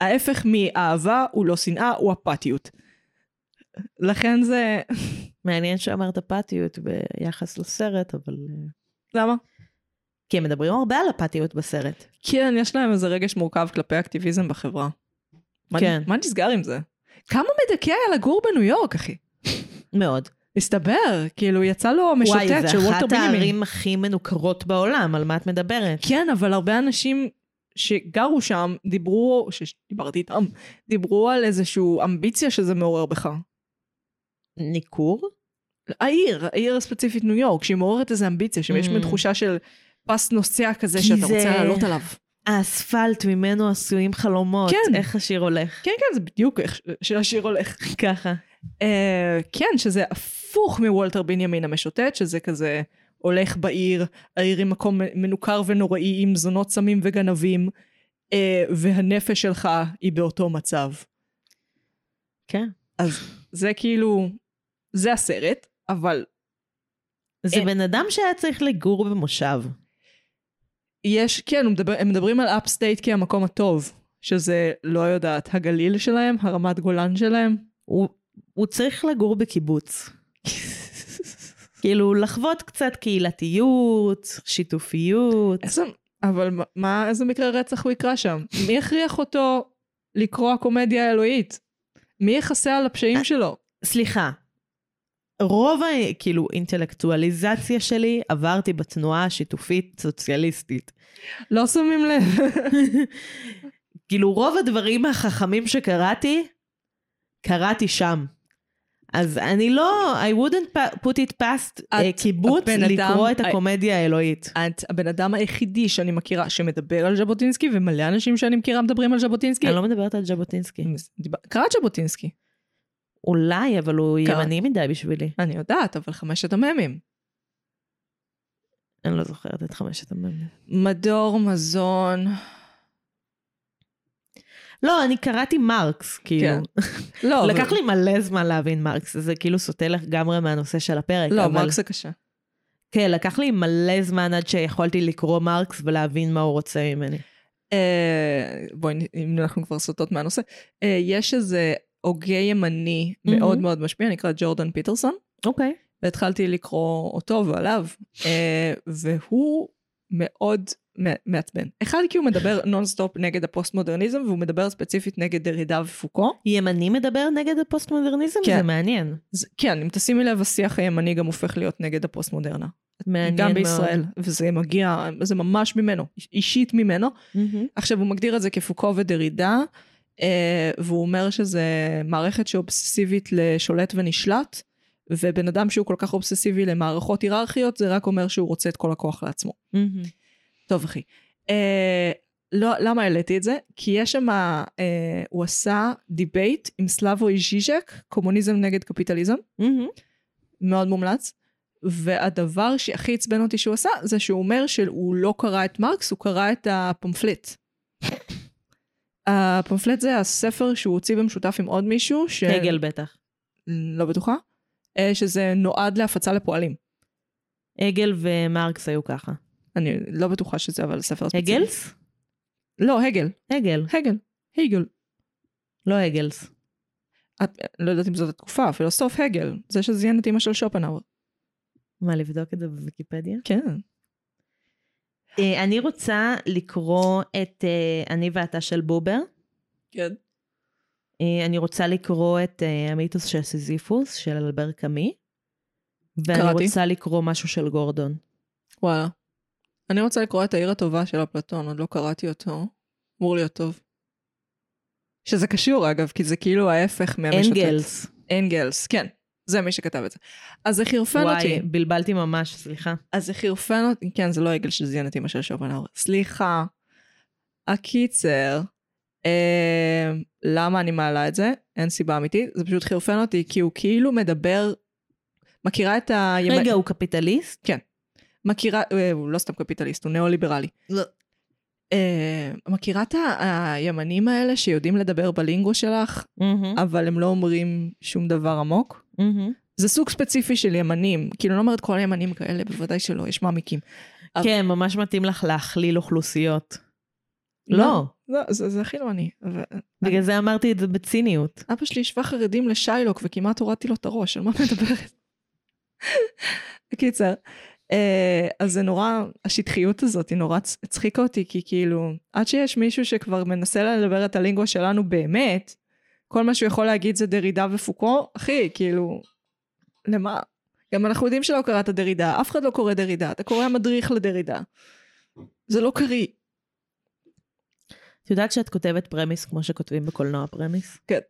A: ההפך מאהבה הוא לא שנאה, הוא אפתיות. לכן זה...
B: מעניין שאמרת אפתיות ביחס לסרט, אבל... אה,
A: למה?
B: כי הם מדברים הרבה על אפתיות בסרט.
A: כן, יש להם איזה רגש מורכב כלפי אקטיביזם בחברה. מה-
B: כן.
A: מה נסגר עם זה? כמה מדכא היה לגור בניו יורק, אחי?
B: מאוד.
A: מסתבר, כאילו, יצא לו משוטט של
B: וואי, זה
A: וולטר
B: אחת
A: בינימין.
B: הערים הכי מנוכרות בעולם, על מה את מדברת?
A: כן, אבל הרבה אנשים שגרו שם, דיברו, שדיברתי איתם, דיברו על איזושהי אמביציה שזה מעורר בך.
B: ניכור?
A: העיר, העיר הספציפית ניו יורק, שהיא מעוררת איזו אמביציה, שיש
B: Mm.
A: מין תחושה של פס נוסע כזה
B: כי
A: שאתה
B: זה-
A: רוצה לעלות עליו.
B: האספלט ממנו עשויים חלומות.
A: כן.
B: איך השיר הולך?
A: כן, כן, זה בדיוק איך שהשיר הולך.
B: ככה.
A: אה, כן, שזה הפוך מוולטר בנימין המשוטט, שזה כזה הולך בעיר, העיר היא מקום מנוכר ונוראי עם זונות סמים וגנבים, אה, והנפש שלך היא באותו מצב.
B: כן.
A: אז זה כאילו, זה הסרט, אבל
B: זה
A: אה.
B: בן אדם שהיה צריך לגור במושב.
A: יש, כן, הוא מדבר, הם מדברים על אפסטייט כהמקום הטוב, שזה, לא יודעת, הגליל שלהם, הרמת גולן שלהם.
B: הוא, הוא צריך לגור בקיבוץ. כאילו, לחוות קצת קהילתיות, שיתופיות.
A: איזה, אבל מה- מה, איזה מקרה רצח הוא יקרא שם? מי הכריח אותו לקרוא הקומדיה האלוהית? מי יכסה על הפשעים שלו?
B: סליחה, רוב ה... כאילו, אינטלקטואליזציה שלי עברתי בתנועה השיתופית סוציאליסטית.
A: לא שמים לב.
B: כאילו, רוב הדברים החכמים שקראתי, קראתי שם. אז אני לא, I wouldn't pa- put it past
A: את
B: אה, קיבוץ
A: הבן אדם-
B: לקרוא את
A: I-
B: הקומדיה האלוהית.
A: את הבן אדם היחידי שאני מכירה שמדבר על ז'בוטינסקי, ומלא אנשים שאני מכירה מדברים על ז'בוטינסקי.
B: אני לא מדברת על ז'בוטינסקי.
A: דיבר- קראת ז'בוטינסקי.
B: אולי, אבל הוא
A: קרא.
B: ימני מדי בשבילי.
A: אני יודעת, אבל חמשת המ"מים.
B: אני לא זוכרת את חמשת המ"מים.
A: מדור, מזון.
B: לא, אני קראתי מרקס, כאילו.
A: כן. לא, אבל-
B: לקח לי מלא זמן להבין מרקס, זה כאילו סוטה לגמרי מהנושא של הפרק.
A: לא,
B: אבל-
A: מרקס זה קשה.
B: כן, לקח לי מלא זמן עד שיכולתי לקרוא מרקס ולהבין מה הוא רוצה ממני.
A: אה, בואי, אם אנחנו כבר סוטות מהנושא, אה, יש איזה הוגה ימני
B: מהמם.
A: מאוד מאוד משפיע, נקרא ג'ורדן פיטרסון,
B: אוקיי.
A: והתחלתי לקרוא אותו ועליו, אה, והוא מאוד מ- מעצבן. אחד, כי הוא מדבר נונסטופ נגד הפוסט-מודרניזם, והוא מדבר ספציפית נגד דרידה ופוקו.
B: ימני מדבר נגד הפוסט-מודרניזם?
A: כן.
B: זה מעניין.
A: אז כן, אם תשימי לב, השיח הימני גם הופך להיות נגד הפוסט-מודרנה.
B: מעניין
A: גם
B: מאוד.
A: בישראל, וזה מגיע, זה ממש ממנו, אישית ממנו.
B: מהמם.
A: עכשיו, הוא מגדיר את זה כפוקו ודרידה, אה, והוא אומר שזה מערכת שאובססיבית לשולט ונשלט, ובן אדם שהוא כל כך אובססיבי למערכות היררכיות, זה רק אומר שהוא רוצה את כל הכוח לעצמו.
B: מהמם.
A: טוב, אחי. אה, לא, למה העליתי את זה? כי יש שם, אה, הוא עשה דיבייט עם סלאבוי ז'יז'ק, קומוניזם נגד קפיטליזם,
B: מהמם.
A: מאוד מומלץ. והדבר שהכי עצבן אותי שהוא עשה, זה שהוא אומר שהוא לא קרא את מרקס, הוא קרא את הפמפלט. הפמפלט זה הספר שהוא הוציא במשותף עם עוד מישהו, ש...
B: הגל בטח.
A: לא בטוחה. אה, שזה נועד להפצה לפועלים.
B: הגל ומרקס היו ככה.
A: אני לא בטוחה שזה, אבל ספר ספציפי.
B: הגלס?
A: לא, הגל.
B: הגל,
A: הגל. הגל.
B: לא הגלס.
A: את, לא יודעת אם זאת התקופה, הפילוסוף הגל. זה שזיין את אמא של שופנהאואר.
B: מה, לבדוק את זה בוויקיפדיה?
A: כן.
B: אה, אני רוצה לקרוא את אה, אני ואתה של בובר.
A: כן.
B: אה, אני רוצה לקרוא את אה, המיתוס של סיזיפוס, של אלבר קאמי. ואני
A: קראתי.
B: רוצה לקרוא משהו של גורדון.
A: וואלה. אני רוצה לקרוא את העיר הטובה של אפלטון, עוד לא קראתי אותו. אמור להיות טוב. שזה קשור אגב, כי זה כאילו ההפך מהמשוטט.
B: אנגלס.
A: אנגלס, כן. זה מי שכתב את זה. אז זה חרפן
B: וואי,
A: אותי.
B: בלבלתי ממש, סליחה.
A: אז זה חרפן אותי. כן, זה לא עגל שזיין את אמא של שופנהאואר. סליחה. הקיצר, אה, למה אני מעלה את זה? אין סיבה אמיתית. זה פשוט חרפן אותי, כי הוא כאילו מדבר... מכירה את ה...
B: רגע, הוא קפיטליסט?
A: מכירה, אה, הוא לא סתם קפיטליסט, הוא ניאו-ליברלי.
B: לא.
A: אה, מכירה את ה- הימנים האלה שיודעים לדבר בלינגו שלך,
B: Mm-hmm. אה?
A: אבל הם לא אומרים שום דבר עמוק?
B: מהמם.
A: זה סוג ספציפי של ימנים, כאילו אני לא אומרת כל הימנים כאלה, בוודאי שלא, יש מעמיקים. אבל-
B: כן, ממש מתאים לך להכליל אוכלוסיות. לא.
A: לא, זה, זה הכי לא אני. אבל-
B: בגלל זה אמרתי את זה בציניות.
A: אבא שלי השווה חרדים לשיילוק וכמעט הורדתי לו את הראש, על מה את מדברת? בקיצר, אה, אז זה נורא, השטחיות הזאת היא נורא צ- הצחיקה אותי, כי כאילו, עד שיש מישהו שכבר מנסה לדבר את הלינגו שלנו באמת, כל מה שהוא יכול להגיד זה דרידה ופוקו, אחי, כאילו, למה? גם אנחנו יודעים שלא קראת דרידה, אף אחד לא קורא דרידה, אתה קורא המדריך לדרידה. זה לא קריא.
B: את יודעת שאת כותבת פרמיס כמו שכותבים בקולנוע פרמיס?
A: כן.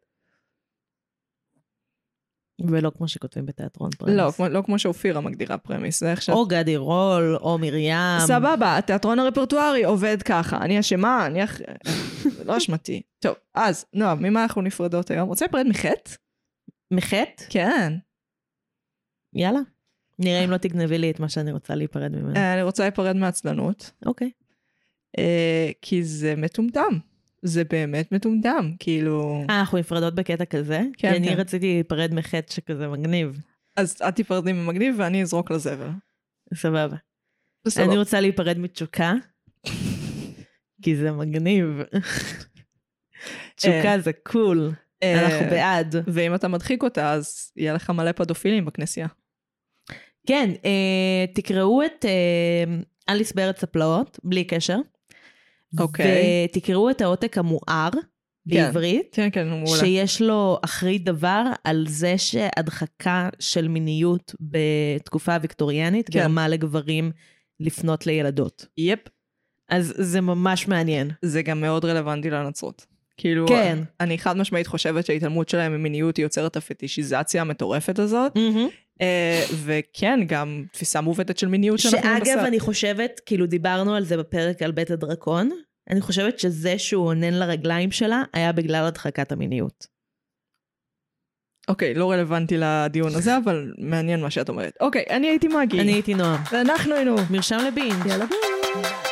B: ולא כמו שכותבים בתיאטרון פרמיס.
A: לא, כמו, לא כמו שאופירה מגדירה פרמיס, זה איך שאת
B: או גדי רול, או מרים.
A: סבבה, התיאטרון הרפרטוארי עובד ככה. אני אשמה, אני אח... זה לא אשמתי. טוב, אז, נועה, ממה אנחנו נפרדות היום? רוצה להיפרד מחטא?
B: מחטא?
A: כן.
B: יאללה. נראה אם לא תגנבי לי את מה שאני רוצה להיפרד ממנו.
A: אה, אני רוצה להיפרד מעצלנות,
B: אוקיי.
A: אה, כי זה מטומטם. זה באמת מטומטם, כאילו...
B: אה, אנחנו נפרדות בקטע כזה?
A: כן,
B: כי אני
A: כן.
B: רציתי להיפרד מחטא שכזה מגניב.
A: אז את תיפרדי ממגניב ואני אזרוק לזבל.
B: סבבה.
A: בסדר.
B: אני רוצה להיפרד מתשוקה, כי זה מגניב. תשוקה זה קול,
A: אה,
B: אנחנו בעד.
A: ואם אתה מדחיק אותה, אז יהיה לך מלא פדופילים בכנסייה.
B: כן, אה, תקראו את אה, אליס בארץ הפלאות, בלי קשר.
A: אוקיי.
B: ותקראו את העותק המואר בעברית,
A: כן, כן, מעולה.
B: שיש לו אחרי דבר על זה שהדחקה של מיניות בתקופה הוויקטוריאנית
A: כן.
B: גרמה לגברים לפנות לילדות.
A: יפ.
B: אז זה ממש מעניין.
A: זה גם מאוד רלוונטי לנצרות. כאילו,
B: כן.
A: אני חד משמעית חושבת שההתעלמות שלהם ממיניות היא יוצרת הפטישיזציה המטורפת הזאת, אה, וכן, גם תפיסה מעוותת של מיניות שאנחנו
B: שאגב, אני חושבת, כאילו דיברנו על זה בפרק על בית הדרקון, אני חושבת שזה שהוא אונן לרגליים שלה היה בגלל הדחקת המיניות.
A: אוקיי, לא רלוונטי לדיון הזה, אבל מעניין מה שאת אומרת. אוקיי, אני הייתי מגי.
B: אני הייתי נועם.
A: ואנחנו היינו...
B: מרשם לבינג'.
A: יאללה ביי.